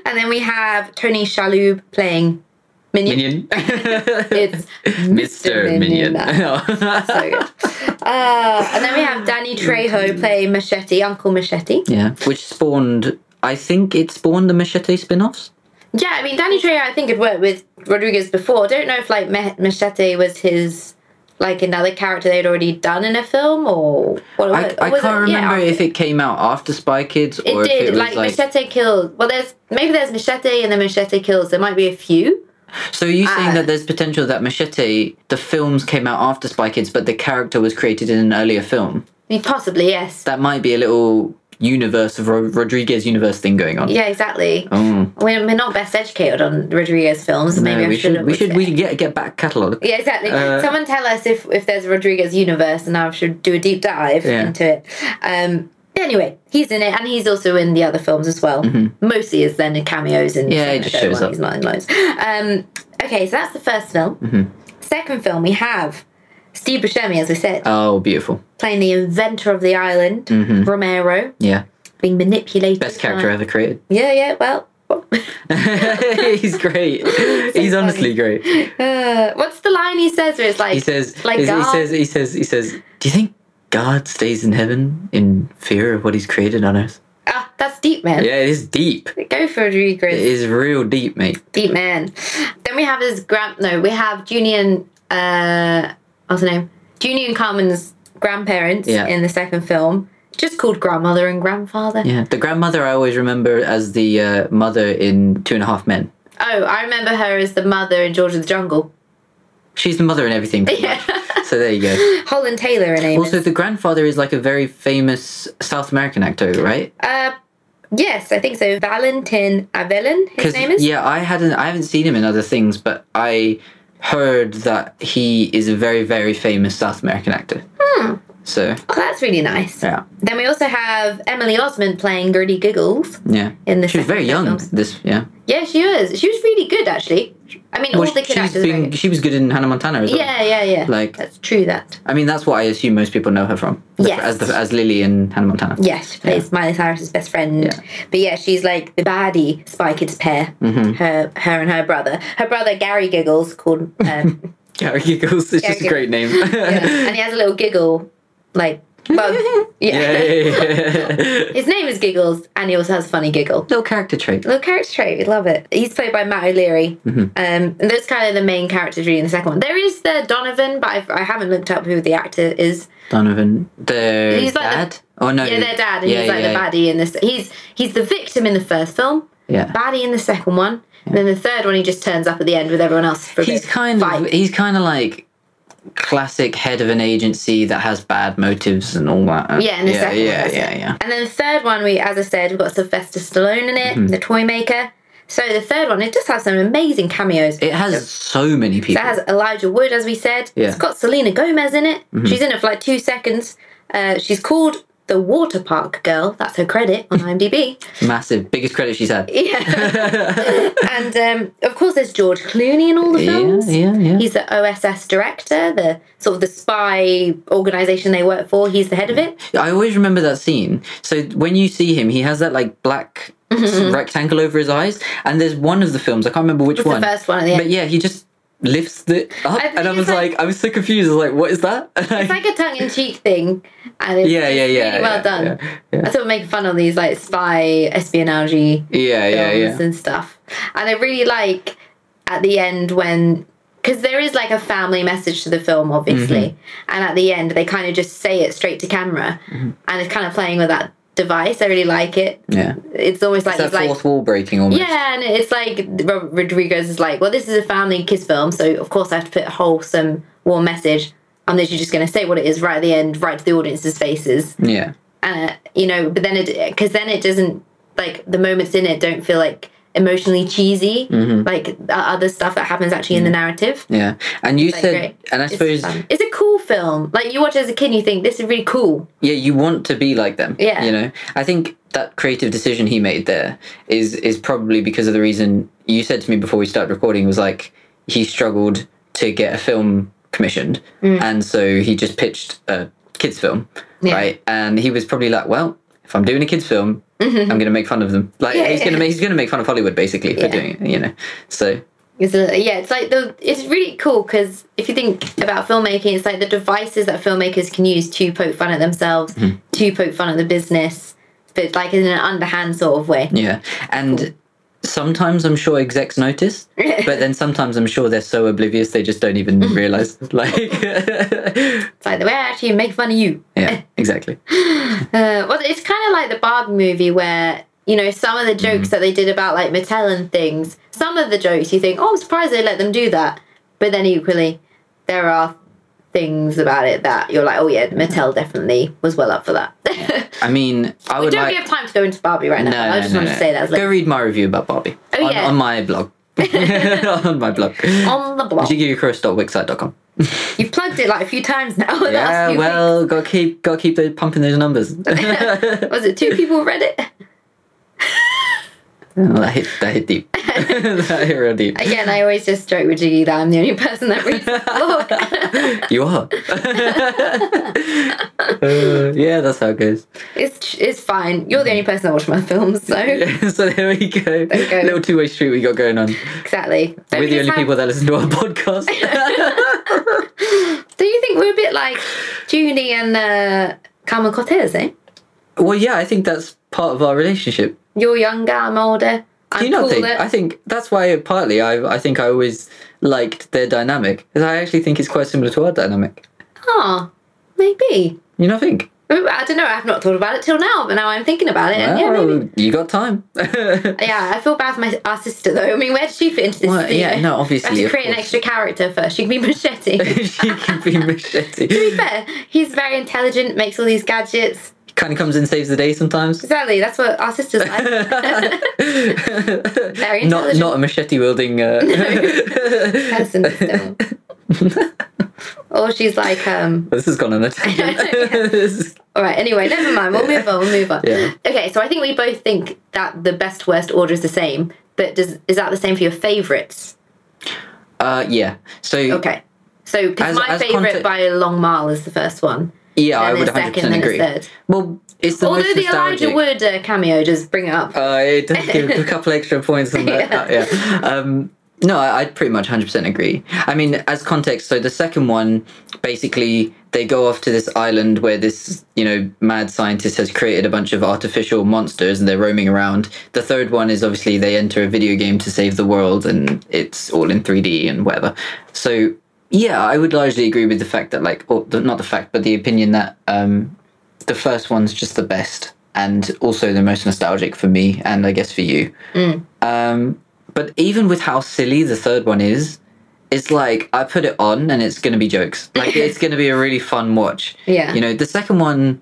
Speaker 1: and then we have Tony Shalhoub playing Minion. *laughs*
Speaker 2: Minion,
Speaker 1: It's
Speaker 2: Mister Minion.
Speaker 1: so good. Uh, and then we have Danny Trejo playing Machete, Uncle Machete.
Speaker 2: *laughs* yeah, which spawned. I think it spawned the Machete spin-offs.
Speaker 1: Yeah, I mean, Danny Trejo, I think, had worked with Rodriguez before. I don't know if, like, Ma- Machete was his, like, another character they'd already done in a film or what
Speaker 2: I,
Speaker 1: what
Speaker 2: I
Speaker 1: was
Speaker 2: can't
Speaker 1: it? Yeah,
Speaker 2: remember
Speaker 1: after-
Speaker 2: if it came out after Spy Kids
Speaker 1: It
Speaker 2: or if
Speaker 1: did.
Speaker 2: it was
Speaker 1: like, Machete killed. Well, there's maybe there's Machete and then Machete kills. There might be a few.
Speaker 2: So are you saying
Speaker 1: Uh,
Speaker 2: that there's potential that Machete, the films came out after Spy Kids, but the character was created in an earlier film?
Speaker 1: I mean, Possibly, yes.
Speaker 2: That might be a little universe of Ro- Rodriguez universe thing going on.
Speaker 1: Yeah, exactly.
Speaker 2: Oh.
Speaker 1: We're, we're not best educated on Rodriguez films. so maybe
Speaker 2: No,
Speaker 1: I
Speaker 2: we should
Speaker 1: should.
Speaker 2: we should we should get get back catalog.
Speaker 1: Yeah, exactly.
Speaker 2: Uh,
Speaker 1: Someone tell us if, if there's a Rodriguez universe, and I should do a deep dive
Speaker 2: Yeah.
Speaker 1: into it. Um, anyway, he's in it, and he's also in the other films as well. Mostly is then in cameos and
Speaker 2: Mm-hmm. Yeah, he just shows up.
Speaker 1: He's not in loads. Um, okay, so that's the first film.
Speaker 2: Mm-hmm.
Speaker 1: Second film, we have Steve Buscemi, as we said,
Speaker 2: Oh, beautiful.
Speaker 1: playing the inventor of the island, Romero,
Speaker 2: Yeah,
Speaker 1: being manipulated.
Speaker 2: Mm-hmm. best character
Speaker 1: by- *laughs*
Speaker 2: ever created. *laughs*
Speaker 1: Yeah, yeah. Well,
Speaker 2: He's great. He's honestly great.
Speaker 1: uh, what's the line he says? Where it's like
Speaker 2: He says
Speaker 1: *laughs* like
Speaker 2: he
Speaker 1: God-
Speaker 2: says he says he says. Do you think God stays in heaven in fear of what He's created on earth?
Speaker 1: Ah, that's deep, man.
Speaker 2: Yeah, it is deep.
Speaker 1: Go for
Speaker 2: It
Speaker 1: Rodriguez.
Speaker 2: is real deep, mate.
Speaker 1: Deep man. Then we have his grand. No, we have Julian. Uh, what's her name? Julian Carmen's grandparents
Speaker 2: Yeah.
Speaker 1: in the second film, just called grandmother and grandfather.
Speaker 2: Yeah, the grandmother I always remember as the uh, mother in Two and a Half Men.
Speaker 1: Oh, I remember her as the mother in George of the Jungle. *laughs*
Speaker 2: She's the mother in everything. pretty
Speaker 1: Yeah.
Speaker 2: much. *laughs* So there
Speaker 1: *laughs*
Speaker 2: you go.
Speaker 1: Holland Taylor, her name.
Speaker 2: Also,
Speaker 1: is.
Speaker 2: the grandfather is like a very famous South American actor, right?
Speaker 1: Uh, yes, I think so. Valentin Avelin, his
Speaker 2: 'Cause,
Speaker 1: name is.
Speaker 2: yeah, I hadn't, I haven't seen him in other things, but I heard that he is a very, very famous South American actor. So
Speaker 1: Oh, that's really nice.
Speaker 2: yeah,
Speaker 1: Then we also have Emily Osmond playing Gertie Giggles
Speaker 2: yeah.
Speaker 1: in the.
Speaker 2: She was
Speaker 1: second
Speaker 2: very young.
Speaker 1: films.
Speaker 2: This yeah.
Speaker 1: Yeah, she was. She was really good, actually. I mean,
Speaker 2: Well,
Speaker 1: all the
Speaker 2: she's
Speaker 1: kid actors. are very
Speaker 2: been,
Speaker 1: good.
Speaker 2: she was good in Hannah Montana as well.
Speaker 1: Yeah, yeah, yeah.
Speaker 2: Like-
Speaker 1: that's true. That
Speaker 2: I mean, that's what I assume most people know her from. The-
Speaker 1: Yes.
Speaker 2: As the, as Lily in Hannah Montana.
Speaker 1: yes, she plays Miley Cyrus's best friend.
Speaker 2: Yeah.
Speaker 1: But yeah, she's like the baddie Spy Kids pair.
Speaker 2: Mm-hmm.
Speaker 1: Her, her and her brother. Her brother Gary Giggles called, um, *laughs*
Speaker 2: Gary Giggles is just a
Speaker 1: Giggles.
Speaker 2: great name. *laughs*
Speaker 1: yeah, and he has a little giggle, like, well,
Speaker 2: yeah,
Speaker 1: yeah.
Speaker 2: yeah, yeah.
Speaker 1: His name is Giggles, and he also has a funny giggle.
Speaker 2: Little character trait.
Speaker 1: Little character trait, we love it. He's played by Matt O'Leary.
Speaker 2: Mm-hmm.
Speaker 1: Um, and that's kind of the main characters really in the second one. There is the Donovan, but I've, I haven't looked up who the actor is.
Speaker 2: Donovan. Their
Speaker 1: He's like the-
Speaker 2: dad? oh, no.
Speaker 1: Yeah, their dad, and
Speaker 2: yeah,
Speaker 1: he's like
Speaker 2: yeah,
Speaker 1: the baddie in this. He's he's the victim in the first film,
Speaker 2: Yeah.
Speaker 1: baddie in the second one, and then the third one he just turns up at the end with everyone else for a
Speaker 2: He's
Speaker 1: big
Speaker 2: kind
Speaker 1: fight.
Speaker 2: of he's kind of like classic head of an agency that has bad motives and all that.
Speaker 1: Yeah, and the
Speaker 2: yeah,
Speaker 1: second one,
Speaker 2: yeah,
Speaker 1: that's
Speaker 2: yeah,
Speaker 1: it.
Speaker 2: yeah.
Speaker 1: And then the third one, we as I said, we've got Sylvester Stallone in it,
Speaker 2: Mm-hmm.
Speaker 1: the toy maker. So the third one, it does have some amazing cameos.
Speaker 2: It has so many people.
Speaker 1: That has Elijah Wood, as we said.
Speaker 2: Yeah. Mm-hmm.
Speaker 1: It's got Selena Gomez in it. She's in it for like two seconds. Uh, she's called the Water Park Girl. That's her credit
Speaker 2: *laughs*
Speaker 1: on IMDb.
Speaker 2: Massive, biggest credit she's had.
Speaker 1: Yeah. *laughs* and um, of course, there's George Clooney in all the
Speaker 2: Yeah,
Speaker 1: films.
Speaker 2: yeah, yeah.
Speaker 1: He's the OSS director, the sort of the spy organization they work for. He's the head of it.
Speaker 2: I always remember that scene. So when you see him, he has that like black rectangle over his eyes, and there's one of the films I can't remember which
Speaker 1: Mm-hmm. the
Speaker 2: one.
Speaker 1: first one at the
Speaker 2: But
Speaker 1: end.
Speaker 2: yeah, he just lifts it up,
Speaker 1: think
Speaker 2: and I
Speaker 1: it's
Speaker 2: was
Speaker 1: like-
Speaker 2: like, I was so confused. I was like, what is that? *laughs*
Speaker 1: It's like a tongue in cheek thing. And it's
Speaker 2: yeah, yeah,
Speaker 1: it's
Speaker 2: yeah.
Speaker 1: really well
Speaker 2: yeah,
Speaker 1: done.
Speaker 2: Yeah, yeah,
Speaker 1: I sort of make fun of these like spy espionage
Speaker 2: yeah, yeah.
Speaker 1: films and stuff. And I really like at the end when because there is like a family message to the film, obviously,
Speaker 2: Mm-hmm.
Speaker 1: and at the end they kind of just say it straight to camera, and it's kind of playing with that device. I really like it.
Speaker 2: yeah.
Speaker 1: It's almost like
Speaker 2: That
Speaker 1: it's like
Speaker 2: fourth wall breaking almost.
Speaker 1: yeah, and it's like Robert Rodriguez is like, well, this is a family kids film, so of course I have to put a wholesome, warm message. I'm literally just going to say what it is right at the end, right to the audience's faces
Speaker 2: yeah.
Speaker 1: uh, you know, but then it because then it doesn't like the moments in it don't feel like emotionally cheesy
Speaker 2: Mm-hmm.
Speaker 1: like the other stuff that happens actually in the narrative.
Speaker 2: Yeah, and you
Speaker 1: Like,
Speaker 2: said,
Speaker 1: great.
Speaker 2: and Mm. I
Speaker 1: It's
Speaker 2: suppose,
Speaker 1: fun. it's a cool film. Like you watch it as a kid, and you think this is really cool.
Speaker 2: yeah, you want to be like them.
Speaker 1: Yeah.
Speaker 2: you know, I think that creative decision he made there is is probably because of the reason you said to me before we started recording was like he struggled to get a film commissioned, and so he just pitched a kids film,
Speaker 1: Mm. Yeah.
Speaker 2: right? And he was probably like, well. If I'm doing a kids film, I'm gonna make fun of them. Like
Speaker 1: Mm-hmm. Yeah,
Speaker 2: he's
Speaker 1: yeah.
Speaker 2: gonna make he's gonna make fun of Hollywood basically for
Speaker 1: Yeah.
Speaker 2: doing it, you know. So
Speaker 1: It's a, yeah, it's like the it's really cool because if you think about filmmaking, it's like the devices that filmmakers can use to poke fun at themselves,
Speaker 2: Mm-hmm.
Speaker 1: to poke fun at the business, but like in an underhand sort of way.
Speaker 2: Yeah, and sometimes I'm sure
Speaker 1: *laughs*
Speaker 2: execs notice, but then sometimes I'm sure they're so oblivious they just don't even realize. Like, *laughs*
Speaker 1: It's like the way I actually make fun of you.
Speaker 2: yeah, exactly.
Speaker 1: Uh, well, it's kind of like the Barbie movie where you know some of the
Speaker 2: Mm-hmm.
Speaker 1: jokes that they did about like Mattel and things. Some of the jokes you think, oh, I'm surprised they let them do that, but then equally, there are things about it that you're like, oh yeah, Mattel definitely was well up for that. *laughs*
Speaker 2: I mean, I
Speaker 1: we
Speaker 2: would
Speaker 1: don't
Speaker 2: like.
Speaker 1: have time to go into Barbie right
Speaker 2: no,
Speaker 1: now.
Speaker 2: no,
Speaker 1: I just
Speaker 2: no,
Speaker 1: wanted
Speaker 2: no.
Speaker 1: to say that as
Speaker 2: Go
Speaker 1: like,
Speaker 2: read my review about Barbie
Speaker 1: Oh,
Speaker 2: on,
Speaker 1: yeah.
Speaker 2: on my
Speaker 1: *laughs*
Speaker 2: blog. *laughs* on my blog.
Speaker 1: on the block.
Speaker 2: Jiggycross.wixsite.com.
Speaker 1: You've plugged it like a few times now. *laughs* the last
Speaker 2: Yeah,
Speaker 1: few
Speaker 2: well, got to keep got to keep the, pumping those
Speaker 1: *laughs*
Speaker 2: numbers. *laughs*
Speaker 1: weeks. was it two people read it?
Speaker 2: that hit that hit
Speaker 1: *laughs*
Speaker 2: deep. *laughs* that hit real deep.
Speaker 1: Again, I always just joke with Jiggy that I'm the only *laughs* person that reads the
Speaker 2: *laughs*
Speaker 1: blog.
Speaker 2: You are. Uh, yeah, that's how it goes.
Speaker 1: It's it's fine. You're the only person that watched my films, so
Speaker 2: Yeah, *laughs* so there we go.
Speaker 1: you go.
Speaker 2: Little two way street we got going on.
Speaker 1: exactly. Don't we
Speaker 2: We're the
Speaker 1: just
Speaker 2: only
Speaker 1: have-
Speaker 2: people that listen to our *laughs* podcast.
Speaker 1: *laughs* Do you think we're a bit like Julie and uh, Carmen Cortez? Eh?
Speaker 2: Well, yeah, I think that's part of our relationship.
Speaker 1: You're younger, I'm older.
Speaker 2: Do you
Speaker 1: I'm
Speaker 2: not
Speaker 1: cooler.
Speaker 2: think? I think that's why partly I I think I always liked their dynamic because I actually think it's quite similar to our dynamic.
Speaker 1: Ah, maybe.
Speaker 2: You not think?
Speaker 1: I don't know. I've not thought about it till now, but now I'm thinking about it. and yeah,
Speaker 2: Well,
Speaker 1: maybe.
Speaker 2: you got time. *laughs*
Speaker 1: Yeah, I feel bad for my our sister though. I mean, where did she fit into this?
Speaker 2: Well,
Speaker 1: you
Speaker 2: yeah,
Speaker 1: know?
Speaker 2: no,
Speaker 1: I have
Speaker 2: obviously,
Speaker 1: to
Speaker 2: of
Speaker 1: create an
Speaker 2: course.
Speaker 1: extra character first. She can be machete.
Speaker 2: *laughs*
Speaker 1: to
Speaker 2: she can be machete.
Speaker 1: be fair, he's very intelligent, makes all these gadgets.
Speaker 2: Kind of comes and saves the day sometimes.
Speaker 1: Exactly, that's what our sister's like.
Speaker 2: *laughs*
Speaker 1: Very
Speaker 2: not
Speaker 1: intelligent.
Speaker 2: not a machete wielding.
Speaker 1: *laughs*
Speaker 2: Uh, *laughs*
Speaker 1: person still.
Speaker 2: *laughs*
Speaker 1: or she's like, um,
Speaker 2: this has gone on a
Speaker 1: *laughs*
Speaker 2: tangent. This is-
Speaker 1: all right, anyway, never mind, we'll move on, we'll move on.
Speaker 2: Yeah.
Speaker 1: Okay, so I think we both think that the best worst order is the same, but does is that the same for your favourites?
Speaker 2: *laughs* uh, yeah. So
Speaker 1: Okay. So, 'cause
Speaker 2: As-
Speaker 1: my
Speaker 2: as
Speaker 1: favourite
Speaker 2: context-
Speaker 1: by a long mile is the first one.
Speaker 2: yeah, I
Speaker 1: then
Speaker 2: would
Speaker 1: it's
Speaker 2: 100
Speaker 1: second,
Speaker 2: percent
Speaker 1: then it's
Speaker 2: agree.
Speaker 1: third.
Speaker 2: Well, it's the
Speaker 1: Although
Speaker 2: most
Speaker 1: the Elijah
Speaker 2: nostalgic.
Speaker 1: Wood uh, cameo does bring it up.
Speaker 2: Uh, it does give
Speaker 1: *laughs*
Speaker 2: a couple extra points on that. Uh, Yeah. Um, no, I, I'd pretty much 100% agree. I mean, as context, so the second one, basically, they go off to this island where this, you know, mad scientist has created a bunch of artificial monsters and they're roaming around. The third one is obviously they enter a video game to save the world and it's all in 3D and whatever. So, yeah, I would largely agree with the fact that, like, or the, not the fact, but the opinion that um, the first one's just the best and also the most nostalgic for me and I guess for you.
Speaker 1: Mm.
Speaker 2: Um, but even with how silly the third one is, it's like I put it on and it's going to
Speaker 1: *laughs*
Speaker 2: be jokes. Like it's going to be a really fun watch.
Speaker 1: Yeah.
Speaker 2: You know, the second one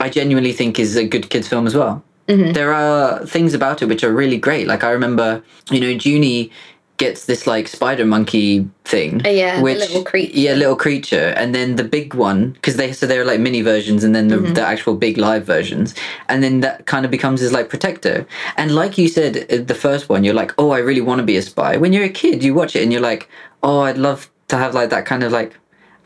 Speaker 2: I genuinely think is a good kids film as well.
Speaker 1: Mm-hmm.
Speaker 2: There are things about it which are really great. Like I remember, you know, Junie gets this like spider monkey thing.
Speaker 1: Oh, yeah, the little creature.
Speaker 2: Yeah, little creature, and then the big one because they so they're like mini versions, and then the, the actual big live versions, and then that kind of becomes his like protector. And like you said, uh, the first one, you're like, oh, I really want to be a spy. When you're a kid, you watch it and you're like, oh, I'd love to have like that kind of like.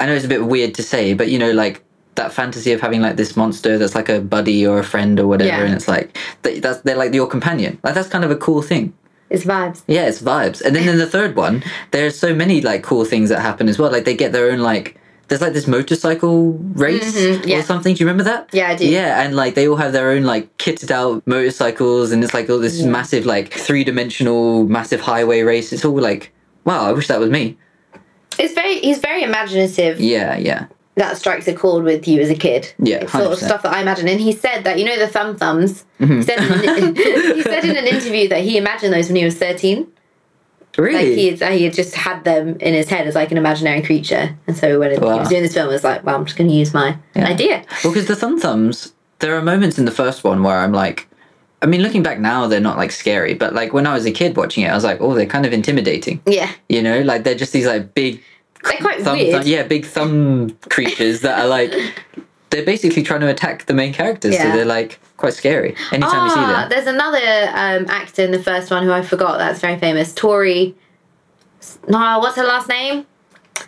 Speaker 2: I know it's a bit weird to say, but you know, like that fantasy of having like this monster that's like a buddy or a friend or whatever,
Speaker 1: Yeah.
Speaker 2: and it's like that, that's they're like your companion. Like that's kind of a cool thing.
Speaker 1: It's vibes.
Speaker 2: Yeah, it's vibes. And then in the third one, there's so many like cool things that happen as well. Like they get their own like there's like this motorcycle race
Speaker 1: Mm-hmm, yeah.
Speaker 2: or something. Do you remember that?
Speaker 1: Yeah, I do.
Speaker 2: Yeah, and like they all have their own like kitted out motorcycles, and it's like all this massive like three dimensional massive highway race. It's all like wow, I wish that was me.
Speaker 1: It's very he's very imaginative.
Speaker 2: Yeah, yeah,
Speaker 1: That strikes a chord with you as a kid.
Speaker 2: Yeah,
Speaker 1: It's sort of
Speaker 2: 100%.
Speaker 1: stuff that I imagine. And he said that you know the thumb thumbs.
Speaker 2: Mm-hmm.
Speaker 1: He, said in, *laughs* he said in an interview that he imagined those when he was thirteen. Like
Speaker 2: really.
Speaker 1: he had, he had just had them in his head as like an imaginary creature. And so when he
Speaker 2: Wow.
Speaker 1: was doing this film, I was like, well, I'm just going to use my idea.
Speaker 2: Well, because the thumb thumbs, there are moments in the first one where I'm like, I mean, looking back now, they're not like scary, but like when I was a kid watching it, I was like, oh, they're kind of intimidating.
Speaker 1: Yeah,
Speaker 2: You know, like they're just these like big
Speaker 1: they're quite
Speaker 2: thumb,
Speaker 1: weird.
Speaker 2: thumb yeah, big thumb creatures that are like they're basically trying to attack the main characters.
Speaker 1: Yeah.
Speaker 2: So they're like quite scary anytime you see
Speaker 1: Ah,
Speaker 2: them.
Speaker 1: there's another um, actor in the first one who I forgot. That's very famous. Tori. No, what's her last name?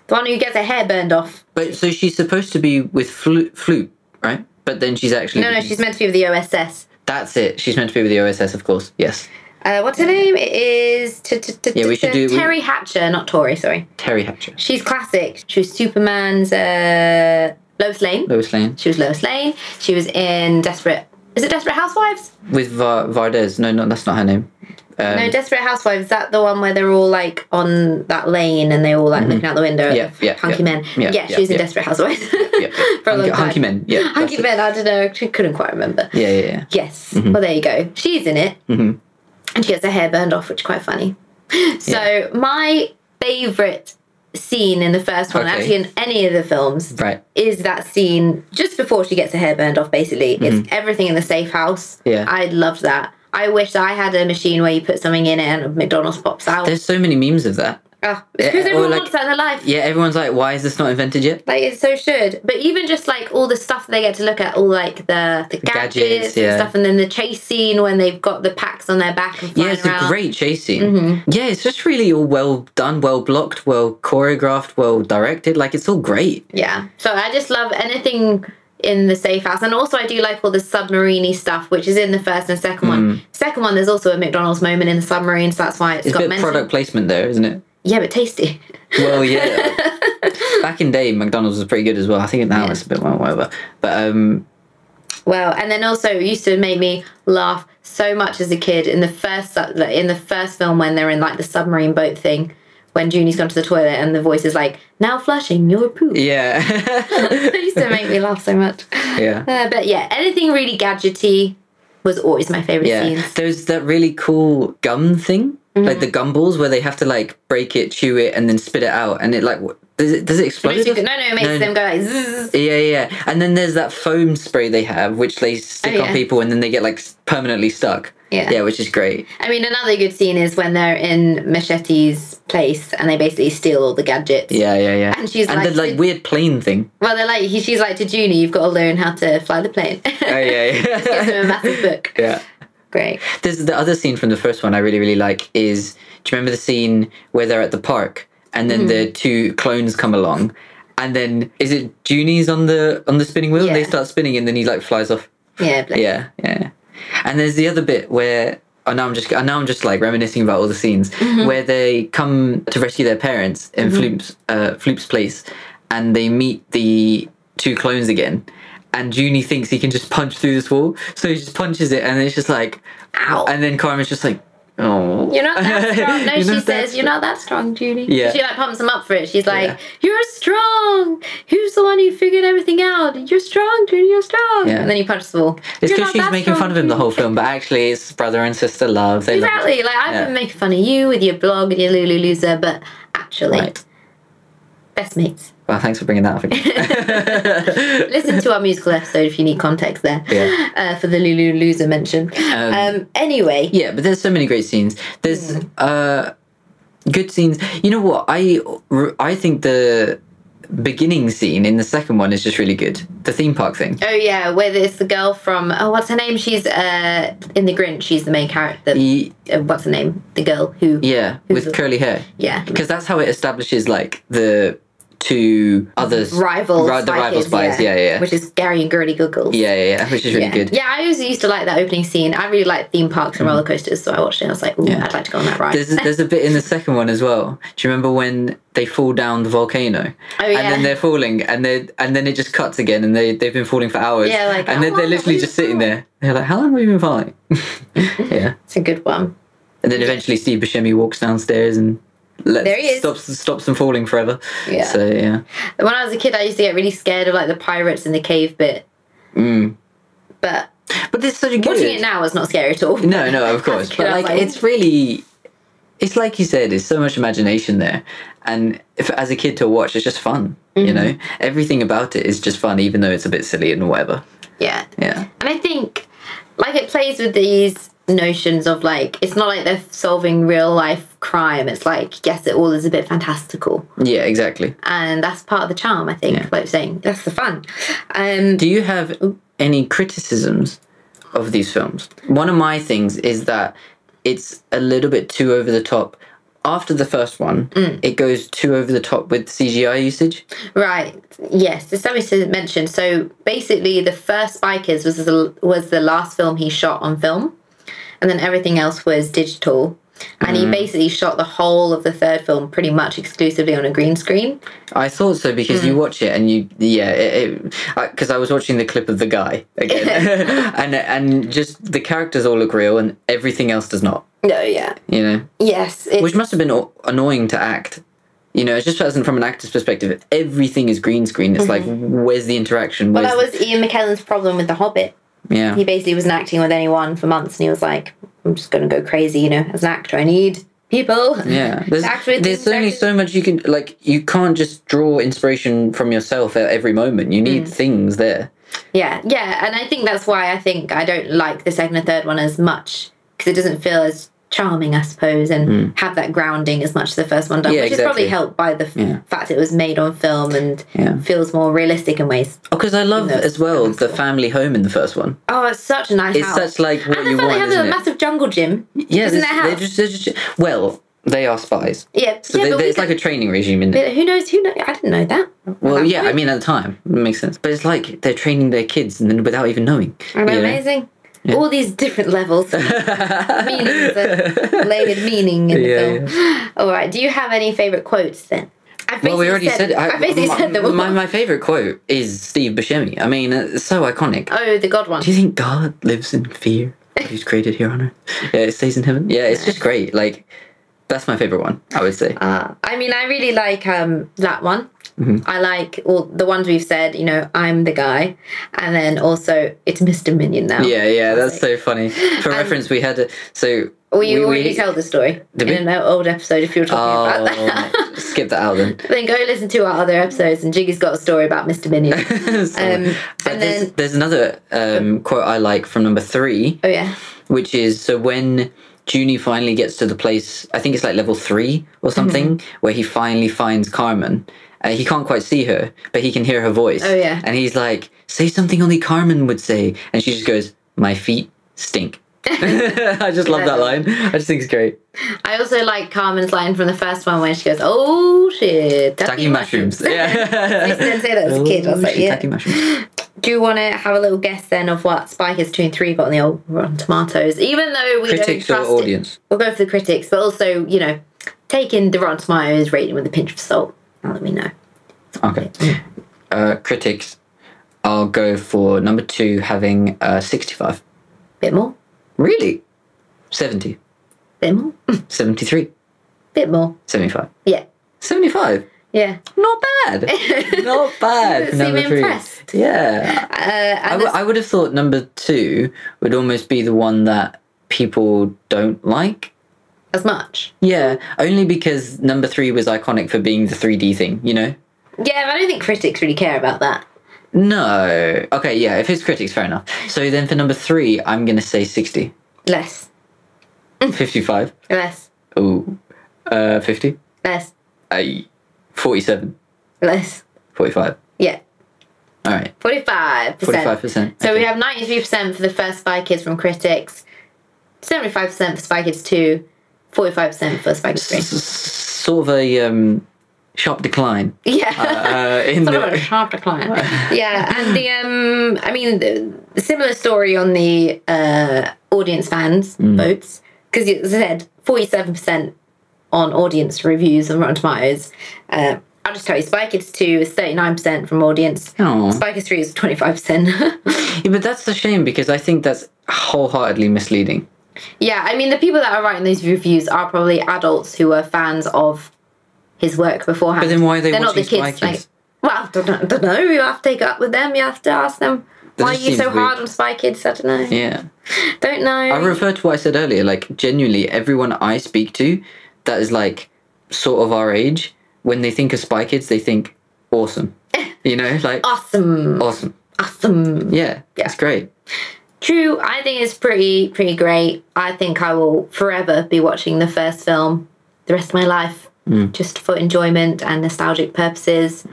Speaker 1: The one who gets her hair burned off.
Speaker 2: But so she's supposed to be with Flo- Floop, right? But then she's actually
Speaker 1: No, no, she's meant to be with the OSS.
Speaker 2: that's it. She's meant to be with the OSS, of course. Yes,
Speaker 1: Uh, what's her name? It is t- t- t-
Speaker 2: Yeah, we
Speaker 1: t-
Speaker 2: should do- we-
Speaker 1: Terry Hatcher, not Tori. Sorry,
Speaker 2: Terry Hatcher,
Speaker 1: she's classic. She was Superman's uh, Lois Lane.
Speaker 2: Lois Lane
Speaker 1: She was Lois Lane. She was in Desperate. Is it Desperate Housewives?
Speaker 2: with Var- Vardez. No, no, that's not her name. Um,
Speaker 1: no, Desperate Housewives. Is that the one where they're all like on that lane and they're all like looking out the window? at
Speaker 2: Mm-hmm. Yeah,
Speaker 1: the
Speaker 2: yeah,
Speaker 1: hunky
Speaker 2: yeah.
Speaker 1: men.
Speaker 2: Yeah,
Speaker 1: Yeah,
Speaker 2: yeah,
Speaker 1: she was in
Speaker 2: yeah.
Speaker 1: Desperate Housewives. *laughs*
Speaker 2: *laughs* yeah, yeah.
Speaker 1: for a long
Speaker 2: hunky,
Speaker 1: time.
Speaker 2: hunky men. Yeah,
Speaker 1: hunky
Speaker 2: that's it.
Speaker 1: men. I don't know. I couldn't quite remember.
Speaker 2: Yeah, Mm-hmm. yeah, yeah.
Speaker 1: Yes. Well, there you go. She's in it, and she gets her hair burned off, which is quite funny. *laughs* So my favorite scene in the first one,
Speaker 2: Okay.
Speaker 1: actually in any of the films,
Speaker 2: Right.
Speaker 1: is that scene just before she gets her hair burned off. Basically, it's everything in the safe house.
Speaker 2: Mm. Yeah.
Speaker 1: I loved that. I wish I had a machine where you put something in it and McDonald's pops out.
Speaker 2: There's so many memes of that.
Speaker 1: Ah,
Speaker 2: Yeah,
Speaker 1: because
Speaker 2: or
Speaker 1: everyone
Speaker 2: like-
Speaker 1: wants that in their life.
Speaker 2: Yeah, everyone's like, why is this not invented yet?
Speaker 1: Like it so should. But even just like all the stuff they get to look at, all like the, the gadgets,
Speaker 2: gadgets, yeah.
Speaker 1: and stuff, and then the chase scene when they've got the packs on their back and flying
Speaker 2: Yeah, it's
Speaker 1: around. Mm-hmm.
Speaker 2: a great chase scene. Yeah, it's just really all well done, well blocked, well choreographed, well directed. Like it's all great.
Speaker 1: Yeah. So I just love anything in the safe house. And also I do like all the submariney stuff, which is in the first and second one. Second one there's also a McDonald's moment in the submarine, so that's why it's
Speaker 2: Mm. It's
Speaker 1: got
Speaker 2: a bit
Speaker 1: mentioned.
Speaker 2: product placement there, isn't it?
Speaker 1: Yeah, but tasty. *laughs*
Speaker 2: Well, yeah. Back in day, McDonald's was pretty good as well. I think now it's a bit well, whatever. But um,
Speaker 1: Well, and then also it used to make me laugh so much as a kid in the first su- like, in the first film when they're in like the submarine boat thing when Junie's gone to the toilet and the voice is like now flushing your poop.
Speaker 2: Yeah.
Speaker 1: *laughs*
Speaker 2: *laughs*
Speaker 1: it used to make me laugh so much. *laughs*
Speaker 2: yeah.
Speaker 1: Uh, but yeah, anything really gadgety was always my favorite
Speaker 2: Yeah.
Speaker 1: scenes. Mm-hmm.
Speaker 2: There's that really cool gum thing, like the gumballs where they have to like break it, chew it, and then spit it out. And it like, w- does it, does it explode?
Speaker 1: Makes you go- No, no, it makes
Speaker 2: No,
Speaker 1: them go like zzz.
Speaker 2: Yeah, yeah. And then there's that foam spray they have, which they stick
Speaker 1: Oh, yeah.
Speaker 2: on people and then they get like s- permanently stuck.
Speaker 1: Yeah.
Speaker 2: Yeah, which is great.
Speaker 1: I mean, another good scene is when they're in Machete's place and they basically steal all the gadgets.
Speaker 2: Yeah, yeah, yeah.
Speaker 1: And she's
Speaker 2: and
Speaker 1: like-
Speaker 2: the like weird
Speaker 1: *laughs*
Speaker 2: plane thing.
Speaker 1: Well, they're like, he, she's like to Junie, you've got to learn how to fly the plane. *laughs*
Speaker 2: Oh, yeah,
Speaker 1: Gives him a
Speaker 2: yeah.
Speaker 1: massive book.
Speaker 2: *laughs* yeah.
Speaker 1: Great.
Speaker 2: There's the other scene from the first one I really, really like is do you remember the scene where they're at the park and then
Speaker 1: Mm-hmm.
Speaker 2: the two clones come along and then is it Junie's on the on the spinning wheel? They
Speaker 1: Yeah.
Speaker 2: start spinning and then he like flies off.
Speaker 1: Yeah, bless.
Speaker 2: Yeah, yeah. And there's the other bit where oh now I'm just oh, now I'm just like reminiscing about all the scenes
Speaker 1: Mm-hmm.
Speaker 2: where they come to rescue their parents in Floop's uh, Floop's place, and they meet the two clones again. And Junie thinks he can just punch through this wall, so he just punches it, and it's just like,
Speaker 1: Ow.
Speaker 2: And then Carmen's just like, oh,
Speaker 1: You're not
Speaker 2: *laughs*
Speaker 1: that strong. No,
Speaker 2: You're
Speaker 1: she
Speaker 2: not that
Speaker 1: says, You're not that strong, Junie.
Speaker 2: Yeah.
Speaker 1: She like pumps him up for it. She's like,
Speaker 2: Yeah.
Speaker 1: You're strong. Who's the one who figured everything out? You're strong, Junie, you're strong.
Speaker 2: Yeah.
Speaker 1: And then he punches the wall.
Speaker 2: It's
Speaker 1: "You're
Speaker 2: because
Speaker 1: not
Speaker 2: she's
Speaker 1: that
Speaker 2: making
Speaker 1: strong,
Speaker 2: fun of him the
Speaker 1: Junie."
Speaker 2: whole film, but actually it's brother and sister love. They love
Speaker 1: Exactly. Like I've
Speaker 2: Yeah.
Speaker 1: been making fun of you with your blog and your Lulu loser, but actually
Speaker 2: Right.
Speaker 1: best mates.
Speaker 2: Well, thanks for bringing that
Speaker 1: *laughs*
Speaker 2: up again. *laughs*
Speaker 1: Listen to our musical episode if you need context there.
Speaker 2: Yeah.
Speaker 1: Uh, for the Lulu loser mention. Um, anyway.
Speaker 2: Yeah, but there's so many great scenes. There's uh, good scenes. You know what? I I think the beginning scene in the second one is just really good. The theme park thing.
Speaker 1: Oh yeah, whether it's the girl from oh what's her name? She's uh in the Grinch. She's the main character.
Speaker 2: Y-
Speaker 1: uh, what's her name? The girl who
Speaker 2: Yeah,
Speaker 1: Who's
Speaker 2: with
Speaker 1: the-
Speaker 2: curly hair.
Speaker 1: yeah.
Speaker 2: Because that's how it establishes like the two others
Speaker 1: rival
Speaker 2: Ri- the
Speaker 1: spy
Speaker 2: rival
Speaker 1: kids,
Speaker 2: spies. Yeah, yeah, yeah.
Speaker 1: which is Gary and Gurley Googles.
Speaker 2: yeah, yeah, yeah, which is really
Speaker 1: yeah.
Speaker 2: good. Mm.
Speaker 1: Yeah, I always used to like that opening scene. I really like theme parks and roller coasters, so I watched it. and I was like, Ooh,
Speaker 2: Yeah.
Speaker 1: I'd like to go on that ride.
Speaker 2: There's there's a bit in the second one as well. Do you remember when they fall down the volcano?
Speaker 1: Oh,
Speaker 2: And
Speaker 1: yeah.
Speaker 2: then they're falling, and they and then it just cuts again, and they they've been falling for hours.
Speaker 1: Yeah, like, how
Speaker 2: and then
Speaker 1: long
Speaker 2: they're
Speaker 1: have
Speaker 2: literally
Speaker 1: we
Speaker 2: just
Speaker 1: been
Speaker 2: sitting there. They're like, "How long have we
Speaker 1: *laughs*
Speaker 2: been falling?" yeah.
Speaker 1: it's a good one.
Speaker 2: And then eventually Steve Buscemi walks downstairs and lets,
Speaker 1: There he is.
Speaker 2: stops stops them falling forever.
Speaker 1: Yeah.
Speaker 2: So yeah.
Speaker 1: When I was a kid, I used to get really scared of like the pirates in the cave bit,
Speaker 2: Mm.
Speaker 1: but
Speaker 2: But it's such a good.
Speaker 1: watching it now is not scary at all.
Speaker 2: No, no, of course.
Speaker 1: Yeah,
Speaker 2: But like,
Speaker 1: like-
Speaker 2: it's really, it's like you said, there's so much imagination there, and if, as a kid to watch, it's just fun. You know, everything about it is just fun, even though it's a bit silly and whatever.
Speaker 1: Yeah,
Speaker 2: Yeah.
Speaker 1: and I think like it plays with these notions of like it's not like they're solving real life crime. It's like yes, it all is a bit fantastical.
Speaker 2: Yeah. Exactly.
Speaker 1: and that's part of the charm i think
Speaker 2: Yeah.
Speaker 1: like you're saying that's the fun um
Speaker 2: Do you have any criticisms of these films? One of my things is that it's a little bit too over the top. After the first one, it goes too over the top with CGI usage.
Speaker 1: right yes there's something to mention so basically the first spy kids was the, was the last film he shot on film and then everything else was digital and
Speaker 2: Mm.
Speaker 1: he basically shot the whole of the third film pretty much exclusively on a green screen
Speaker 2: I thought so because
Speaker 1: Hmm.
Speaker 2: you watch it and you yeah it because I, was watching the clip of the guy again
Speaker 1: *laughs*
Speaker 2: *laughs* and and just the characters all look real and everything else does not
Speaker 1: no yeah
Speaker 2: you know
Speaker 1: yes it's,
Speaker 2: which must have been a- annoying to act you know it's just as in from an actor's perspective if everything is green screen it's like where's the interaction
Speaker 1: Mm-hmm. well
Speaker 2: where's
Speaker 1: that was ian mckellen's problem with the hobbit
Speaker 2: yeah
Speaker 1: he basically wasn't acting with anyone for months and he was like i'm just gonna go crazy you know as an actor i need people
Speaker 2: yeah
Speaker 1: To
Speaker 2: there's,
Speaker 1: act with
Speaker 2: there's
Speaker 1: these
Speaker 2: only
Speaker 1: characters.
Speaker 2: so much you can like you can't just draw inspiration from yourself at every moment you
Speaker 1: Mm.
Speaker 2: need things there
Speaker 1: *laughs* Yeah, yeah, and I think that's why I think I don't like the second and third one as much because it doesn't feel as charming, I suppose, and have that grounding as much as the first one does,
Speaker 2: Hmm. Yeah,
Speaker 1: which is probably
Speaker 2: exactly.
Speaker 1: helped by the f-
Speaker 2: Yeah.
Speaker 1: fact it was made on film and
Speaker 2: Yeah.
Speaker 1: feels more realistic in ways.
Speaker 2: because Oh, I love
Speaker 1: No,
Speaker 2: as well the family home in the first one
Speaker 1: Oh, it's such a nice
Speaker 2: It's
Speaker 1: house.
Speaker 2: such like what
Speaker 1: and the
Speaker 2: you
Speaker 1: fact
Speaker 2: want,
Speaker 1: they have
Speaker 2: isn't
Speaker 1: a
Speaker 2: it?
Speaker 1: massive jungle gym.
Speaker 2: yeah,
Speaker 1: isn't
Speaker 2: this-
Speaker 1: their
Speaker 2: they're
Speaker 1: house?
Speaker 2: just, they're just- well, they are spies.
Speaker 1: yeah,
Speaker 2: So
Speaker 1: yeah,
Speaker 2: they-
Speaker 1: but
Speaker 2: they-
Speaker 1: we
Speaker 2: it's like a
Speaker 1: could-
Speaker 2: training regime, isn't it?
Speaker 1: but who knows? Who knows? I didn't know that.
Speaker 2: Well, yeah, I mean at the time it makes sense, but it's like they're training their kids and then without even knowing.
Speaker 1: Isn't that
Speaker 2: you know?
Speaker 1: amazing? All these different levels,
Speaker 2: *laughs*
Speaker 1: meanings, uh, layered meaning in the
Speaker 2: Yeah,
Speaker 1: film. All right, do you have any favorite quotes then? I've
Speaker 2: Well, we
Speaker 1: basically
Speaker 2: already said.
Speaker 1: I
Speaker 2: I,
Speaker 1: basically
Speaker 2: my,
Speaker 1: said that we're
Speaker 2: my my favorite quote is Steve Buscemi. I mean, uh, it's so iconic.
Speaker 1: Oh, the God one.
Speaker 2: Do you think God lives in fear? of Who's created here
Speaker 1: *laughs*
Speaker 2: on earth? Yeah, it stays in heaven. Yeah, it's just great. Like, that's my favorite one. I would say.
Speaker 1: Uh, I mean, I really like um, that one.
Speaker 2: Mm-hmm.
Speaker 1: I like all the ones we've said. You know, I'm the guy, and then also it's Mr. Minion now.
Speaker 2: Yeah, yeah, that's so funny.
Speaker 1: *laughs*
Speaker 2: For reference, we had a, so
Speaker 1: Well, you
Speaker 2: we,
Speaker 1: already
Speaker 2: we-
Speaker 1: tell the story in
Speaker 2: Did we?
Speaker 1: an old episode if you were talking about that.
Speaker 2: Oh, skip that
Speaker 1: *laughs*
Speaker 2: out then.
Speaker 1: then go listen to our other episodes, and Jiggy's got a story about Mr. Minion.
Speaker 2: *laughs*
Speaker 1: *laughs*
Speaker 2: So-
Speaker 1: Um,
Speaker 2: but
Speaker 1: and
Speaker 2: Uh, there's,
Speaker 1: then-
Speaker 2: there's another um, quote I like from number three,
Speaker 1: oh yeah,
Speaker 2: which is so when Junie finally gets to the place, I think it's like level three
Speaker 1: Mm-hmm.
Speaker 2: or something, where he finally finds Carmen. Uh, he can't quite see her, but he can hear her voice.
Speaker 1: Oh, yeah.
Speaker 2: And he's like, say something only Carmen would say. And she just goes, my feet
Speaker 1: *laughs*
Speaker 2: stink. *laughs* I just love
Speaker 1: Yeah.
Speaker 2: that line. I just think it's great.
Speaker 1: I also like Carmen's line from the first one where she goes, "Oh shit,
Speaker 2: Ducky mushrooms. Yeah.
Speaker 1: I used to say that *laughs* as a kid. I was like,
Speaker 2: Oh,
Speaker 1: yeah.
Speaker 2: Ducky mushrooms.
Speaker 1: Do you want to have a little guess then of what Spikers two and three got on the old Rotten Tomatoes? Even though we
Speaker 2: Critics
Speaker 1: don't
Speaker 2: or
Speaker 1: trust It,
Speaker 2: audience?
Speaker 1: we'll go for the critics, but also you know, take in the Rotten Tomatoes rating with a pinch of salt. Now that we know.
Speaker 2: Okay. Uh, critics, I'll go for number two having uh, 65.
Speaker 1: Bit more,
Speaker 2: Really? 70.
Speaker 1: bit more, *laughs*
Speaker 2: 73.
Speaker 1: bit more.
Speaker 2: 75.
Speaker 1: Yeah,
Speaker 2: 75.
Speaker 1: yeah.
Speaker 2: Not bad.
Speaker 1: *laughs*
Speaker 2: Not bad.
Speaker 1: Doesn't
Speaker 2: for
Speaker 1: seem
Speaker 2: number three.
Speaker 1: impressed. *laughs*
Speaker 2: Yeah.
Speaker 1: Uh, and
Speaker 2: I,
Speaker 1: the
Speaker 2: w- I would have thought number two would almost be the one that people don't like.
Speaker 1: as much.
Speaker 2: Yeah, only because number three was iconic for being the 3D thing, you know?
Speaker 1: Yeah, but I don't think critics really care about that.
Speaker 2: No. Okay, yeah, if it's critics, fair enough. So then for number three, I'm going to
Speaker 1: *laughs*
Speaker 2: say 60.
Speaker 1: Less,
Speaker 2: 55.
Speaker 1: less,
Speaker 2: Ooh. Uh, 50.
Speaker 1: less,
Speaker 2: Aye. 47.
Speaker 1: less.
Speaker 2: 45.
Speaker 1: Yeah,
Speaker 2: All right.
Speaker 1: forty-five percent.
Speaker 2: 45%.
Speaker 1: So we
Speaker 2: Okay.
Speaker 1: have 93% for the first Spy Kids from critics, 75% for Spy Kids 2, 45% for Spy Kids
Speaker 2: S- *laughs* s- sort of a um, sharp
Speaker 1: *laughs*
Speaker 2: decline
Speaker 1: 3. Yeah.
Speaker 2: uh, in
Speaker 1: Sort of a
Speaker 2: the.
Speaker 1: sharp decline. yeah, and the um, I mean, the similar story on the uh, audience fans votes because as I said, forty-seven percent on audience reviews on Rotten Tomatoes. Uh, I'll just tell you, Spy Kids Two is thirty-nine percent from audience.
Speaker 2: Oh.
Speaker 1: Spy Kids Three is twenty-five percent. *laughs*
Speaker 2: Yeah, but that's a shame because I think that's wholeheartedly misleading.
Speaker 1: Yeah, I mean, the people that are writing these reviews are probably adults who were fans of his work beforehand.
Speaker 2: But then why are they
Speaker 1: They're not the
Speaker 2: watching
Speaker 1: kids.
Speaker 2: Spy Kids?
Speaker 1: Like, well, I don't, know- I don't know. You have to take it up with them. You have to ask them,
Speaker 2: That
Speaker 1: why are
Speaker 2: just
Speaker 1: you so
Speaker 2: seems
Speaker 1: hard
Speaker 2: weird.
Speaker 1: on Spy Kids? I don't know.
Speaker 2: Yeah.
Speaker 1: Don't know.
Speaker 2: I refer to what I said earlier. Like, genuinely, everyone I speak to that is like sort of our age, when they think of Spy Kids, they think
Speaker 1: *laughs*
Speaker 2: awesome. You know, like
Speaker 1: awesome.
Speaker 2: awesome.
Speaker 1: Awesome.
Speaker 2: Yeah,
Speaker 1: Oh. Yeah.
Speaker 2: it's great.
Speaker 1: True, I think it's pretty, pretty great. I think I will forever be watching the first film the rest of my life.
Speaker 2: Hmm.
Speaker 1: Just for enjoyment and nostalgic purposes.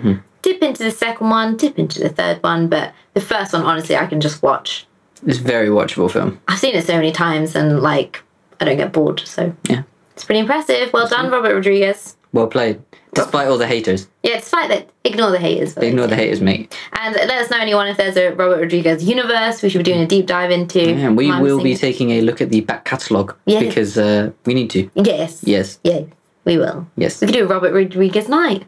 Speaker 1: Dip into the second one, dip into the third one, but the first one, honestly, I can just watch
Speaker 2: It's a very watchable film.
Speaker 1: I've seen it so many times and like I don't get bored. So
Speaker 2: Yeah,
Speaker 1: it's pretty impressive. Well done, Robert Rodriguez.
Speaker 2: well played. Despite all the haters,
Speaker 1: Yeah, despite that, ignore the haters. but-
Speaker 2: ignore the haters, mate.
Speaker 1: And let us know anyone if there's a Robert Rodriguez universe we should be doing a deep dive into.
Speaker 2: And we
Speaker 1: I'm
Speaker 2: will be
Speaker 1: seeing-
Speaker 2: taking a look at the back catalogue
Speaker 1: Yeah.
Speaker 2: because uh, we need to.
Speaker 1: yes.
Speaker 2: Yes,
Speaker 1: Yes. We will.
Speaker 2: yes,
Speaker 1: We could do a Robert Rodriguez night.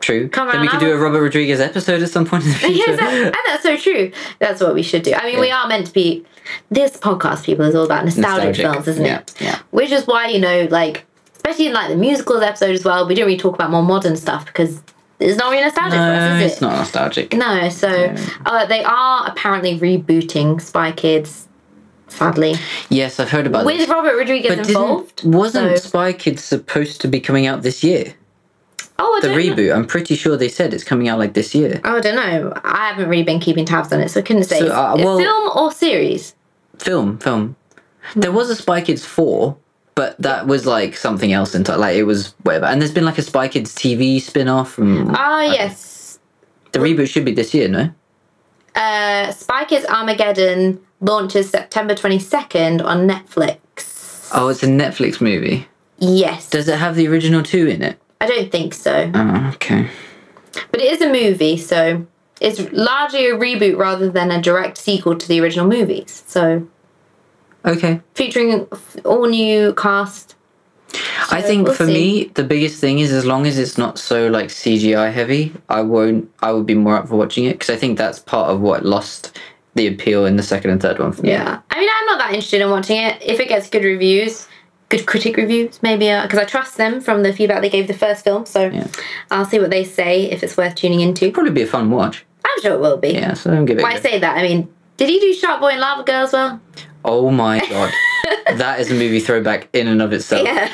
Speaker 2: true.
Speaker 1: Come
Speaker 2: then
Speaker 1: around
Speaker 2: we could
Speaker 1: now.
Speaker 2: do a Robert Rodriguez episode at some point in the
Speaker 1: *laughs* *laughs*
Speaker 2: future.
Speaker 1: yes,
Speaker 2: *laughs*
Speaker 1: that- and that's so true. That's what we should do. I mean, we are meant to be. This podcast, people, is all about nostalgic,
Speaker 2: Nostalgic.
Speaker 1: films, isn't
Speaker 2: Yeah,
Speaker 1: it?
Speaker 2: yeah.
Speaker 1: Which is why you know, like, especially in like the musicals episode as well, we don't really talk about more modern stuff because it's not really nostalgic for
Speaker 2: no,
Speaker 1: us, is it?
Speaker 2: Uh, it's not nostalgic.
Speaker 1: No, so uh, they are apparently rebooting Spy Kids, sadly,
Speaker 2: Yes, I've heard about
Speaker 1: with
Speaker 2: this.
Speaker 1: Robert Rodriguez
Speaker 2: But
Speaker 1: involved.
Speaker 2: didn't, wasn't
Speaker 1: so-
Speaker 2: Spy Kids supposed to be coming out this year?
Speaker 1: oh, I *laughs*
Speaker 2: The
Speaker 1: don't Know.
Speaker 2: reboot. I'm pretty sure they said it's coming out like this year.
Speaker 1: Oh, I don't know. I haven't really been keeping tabs on it, so I couldn't say.
Speaker 2: So,
Speaker 1: Is
Speaker 2: uh,
Speaker 1: it
Speaker 2: well-
Speaker 1: film or series?
Speaker 2: Film, film. There was a Spy Kids four, but that was like something else entirely. Like it was whatever. And there's been like a Spy Kids TV spin off. and
Speaker 1: Ah, yes.
Speaker 2: the reboot should be this year, no?
Speaker 1: Uh, Spy Kids Armageddon launches September 22nd on Netflix.
Speaker 2: Oh, it's a Netflix movie.
Speaker 1: Yes.
Speaker 2: Does it have the original two in it?
Speaker 1: I don't think so.
Speaker 2: Oh, okay.
Speaker 1: But it is a movie, so it's largely a reboot rather than a direct sequel to the original movies. So
Speaker 2: Okay.
Speaker 1: featuring f- all new cast,
Speaker 2: I think
Speaker 1: we'll
Speaker 2: for
Speaker 1: see.
Speaker 2: me the biggest thing is as long as it's not so like CGI heavy, I won't. I would be more up for watching it because I think that's part of what lost the appeal in the second and third one for me.
Speaker 1: Yeah. I mean, I'm not that interested in watching it. If it gets good reviews, good critic reviews, maybe, because I trust them from the feedback they gave the first film. So I'll see what they say if it's worth tuning into.
Speaker 2: probably be a fun watch.
Speaker 1: I'm sure it will be.
Speaker 2: Yeah, so don't give it. a
Speaker 1: Why
Speaker 2: go.
Speaker 1: say that? I mean, did he do Shark Boy and Lava Girl as
Speaker 2: *laughs*
Speaker 1: well?
Speaker 2: oh my god, that is a movie throwback in and of itself.
Speaker 1: Yeah.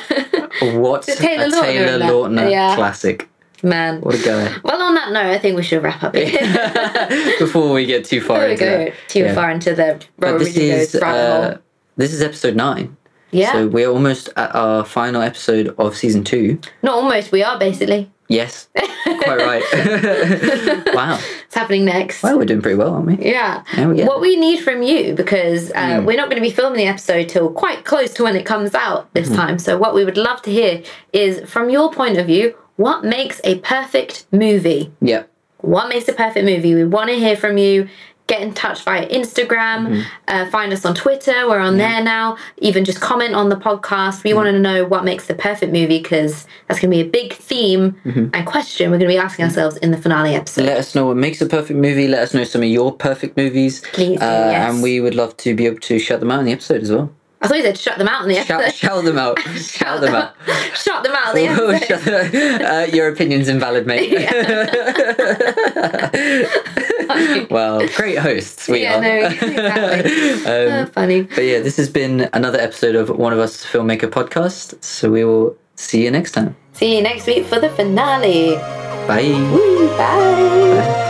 Speaker 2: What
Speaker 1: The Taylor
Speaker 2: a
Speaker 1: Lautner
Speaker 2: Taylor
Speaker 1: in that.
Speaker 2: Lautner
Speaker 1: Yeah.
Speaker 2: classic.
Speaker 1: *laughs* Man.
Speaker 2: What a guy.
Speaker 1: Well, on that note, I think we should wrap
Speaker 2: *laughs*
Speaker 1: up here.
Speaker 2: Before we get too far
Speaker 1: Before we
Speaker 2: into
Speaker 1: go
Speaker 2: that.
Speaker 1: too
Speaker 2: Yeah.
Speaker 1: far into the
Speaker 2: But
Speaker 1: Robert
Speaker 2: this
Speaker 1: Rodriguez
Speaker 2: is
Speaker 1: rabbit
Speaker 2: uh,
Speaker 1: hole.
Speaker 2: this is episode nine.
Speaker 1: Yeah.
Speaker 2: So we're almost at our final episode of season two.
Speaker 1: Not almost, we are basically.
Speaker 2: Yes,
Speaker 1: *laughs*
Speaker 2: quite right. *laughs* wow.
Speaker 1: It's happening next.
Speaker 2: Well, we're doing pretty well, aren't we?
Speaker 1: Yeah.
Speaker 2: Yeah, we get Hmm.
Speaker 1: What we need from you, because uh, we're not going to be filming the episode till quite close to when it comes out
Speaker 2: Hmm.
Speaker 1: this time. So, what we would love to hear is from your point of view, what makes a perfect movie?
Speaker 2: Yep.
Speaker 1: What makes a perfect movie? We want to hear from you. Get in touch via Instagram.
Speaker 2: Mm-hmm.
Speaker 1: Uh, find us on Twitter. We're on there now. Even just comment on the podcast.
Speaker 2: Mm-hmm.
Speaker 1: We want to know what makes the perfect movie because that's going to be a big theme
Speaker 2: Mm-hmm.
Speaker 1: and question we're going to be asking ourselves in the finale episode.
Speaker 2: Let us know what makes a perfect movie. Let us know some of your perfect movies.
Speaker 1: Please do,
Speaker 2: Uh,
Speaker 1: yes.
Speaker 2: And we would love to be able to shout them out in the episode as well.
Speaker 1: I thought you said shut them out in the episode.
Speaker 2: Shout, *laughs* shout them out. shout them out.
Speaker 1: *laughs* shut them out. The
Speaker 2: *laughs* Oh,
Speaker 1: episode.
Speaker 2: shut the- uh, your opinion's invalid,
Speaker 1: *laughs*
Speaker 2: mate. *laughs* well, great hosts we
Speaker 1: Yeah,
Speaker 2: are.
Speaker 1: no, exactly.
Speaker 2: *laughs*
Speaker 1: Oh,
Speaker 2: Um,
Speaker 1: funny.
Speaker 2: but yeah, this has been another episode of One of Us Filmmaker Podcast. So we will see you next time.
Speaker 1: See you next week for the finale.
Speaker 2: Bye.
Speaker 1: Woo, bye.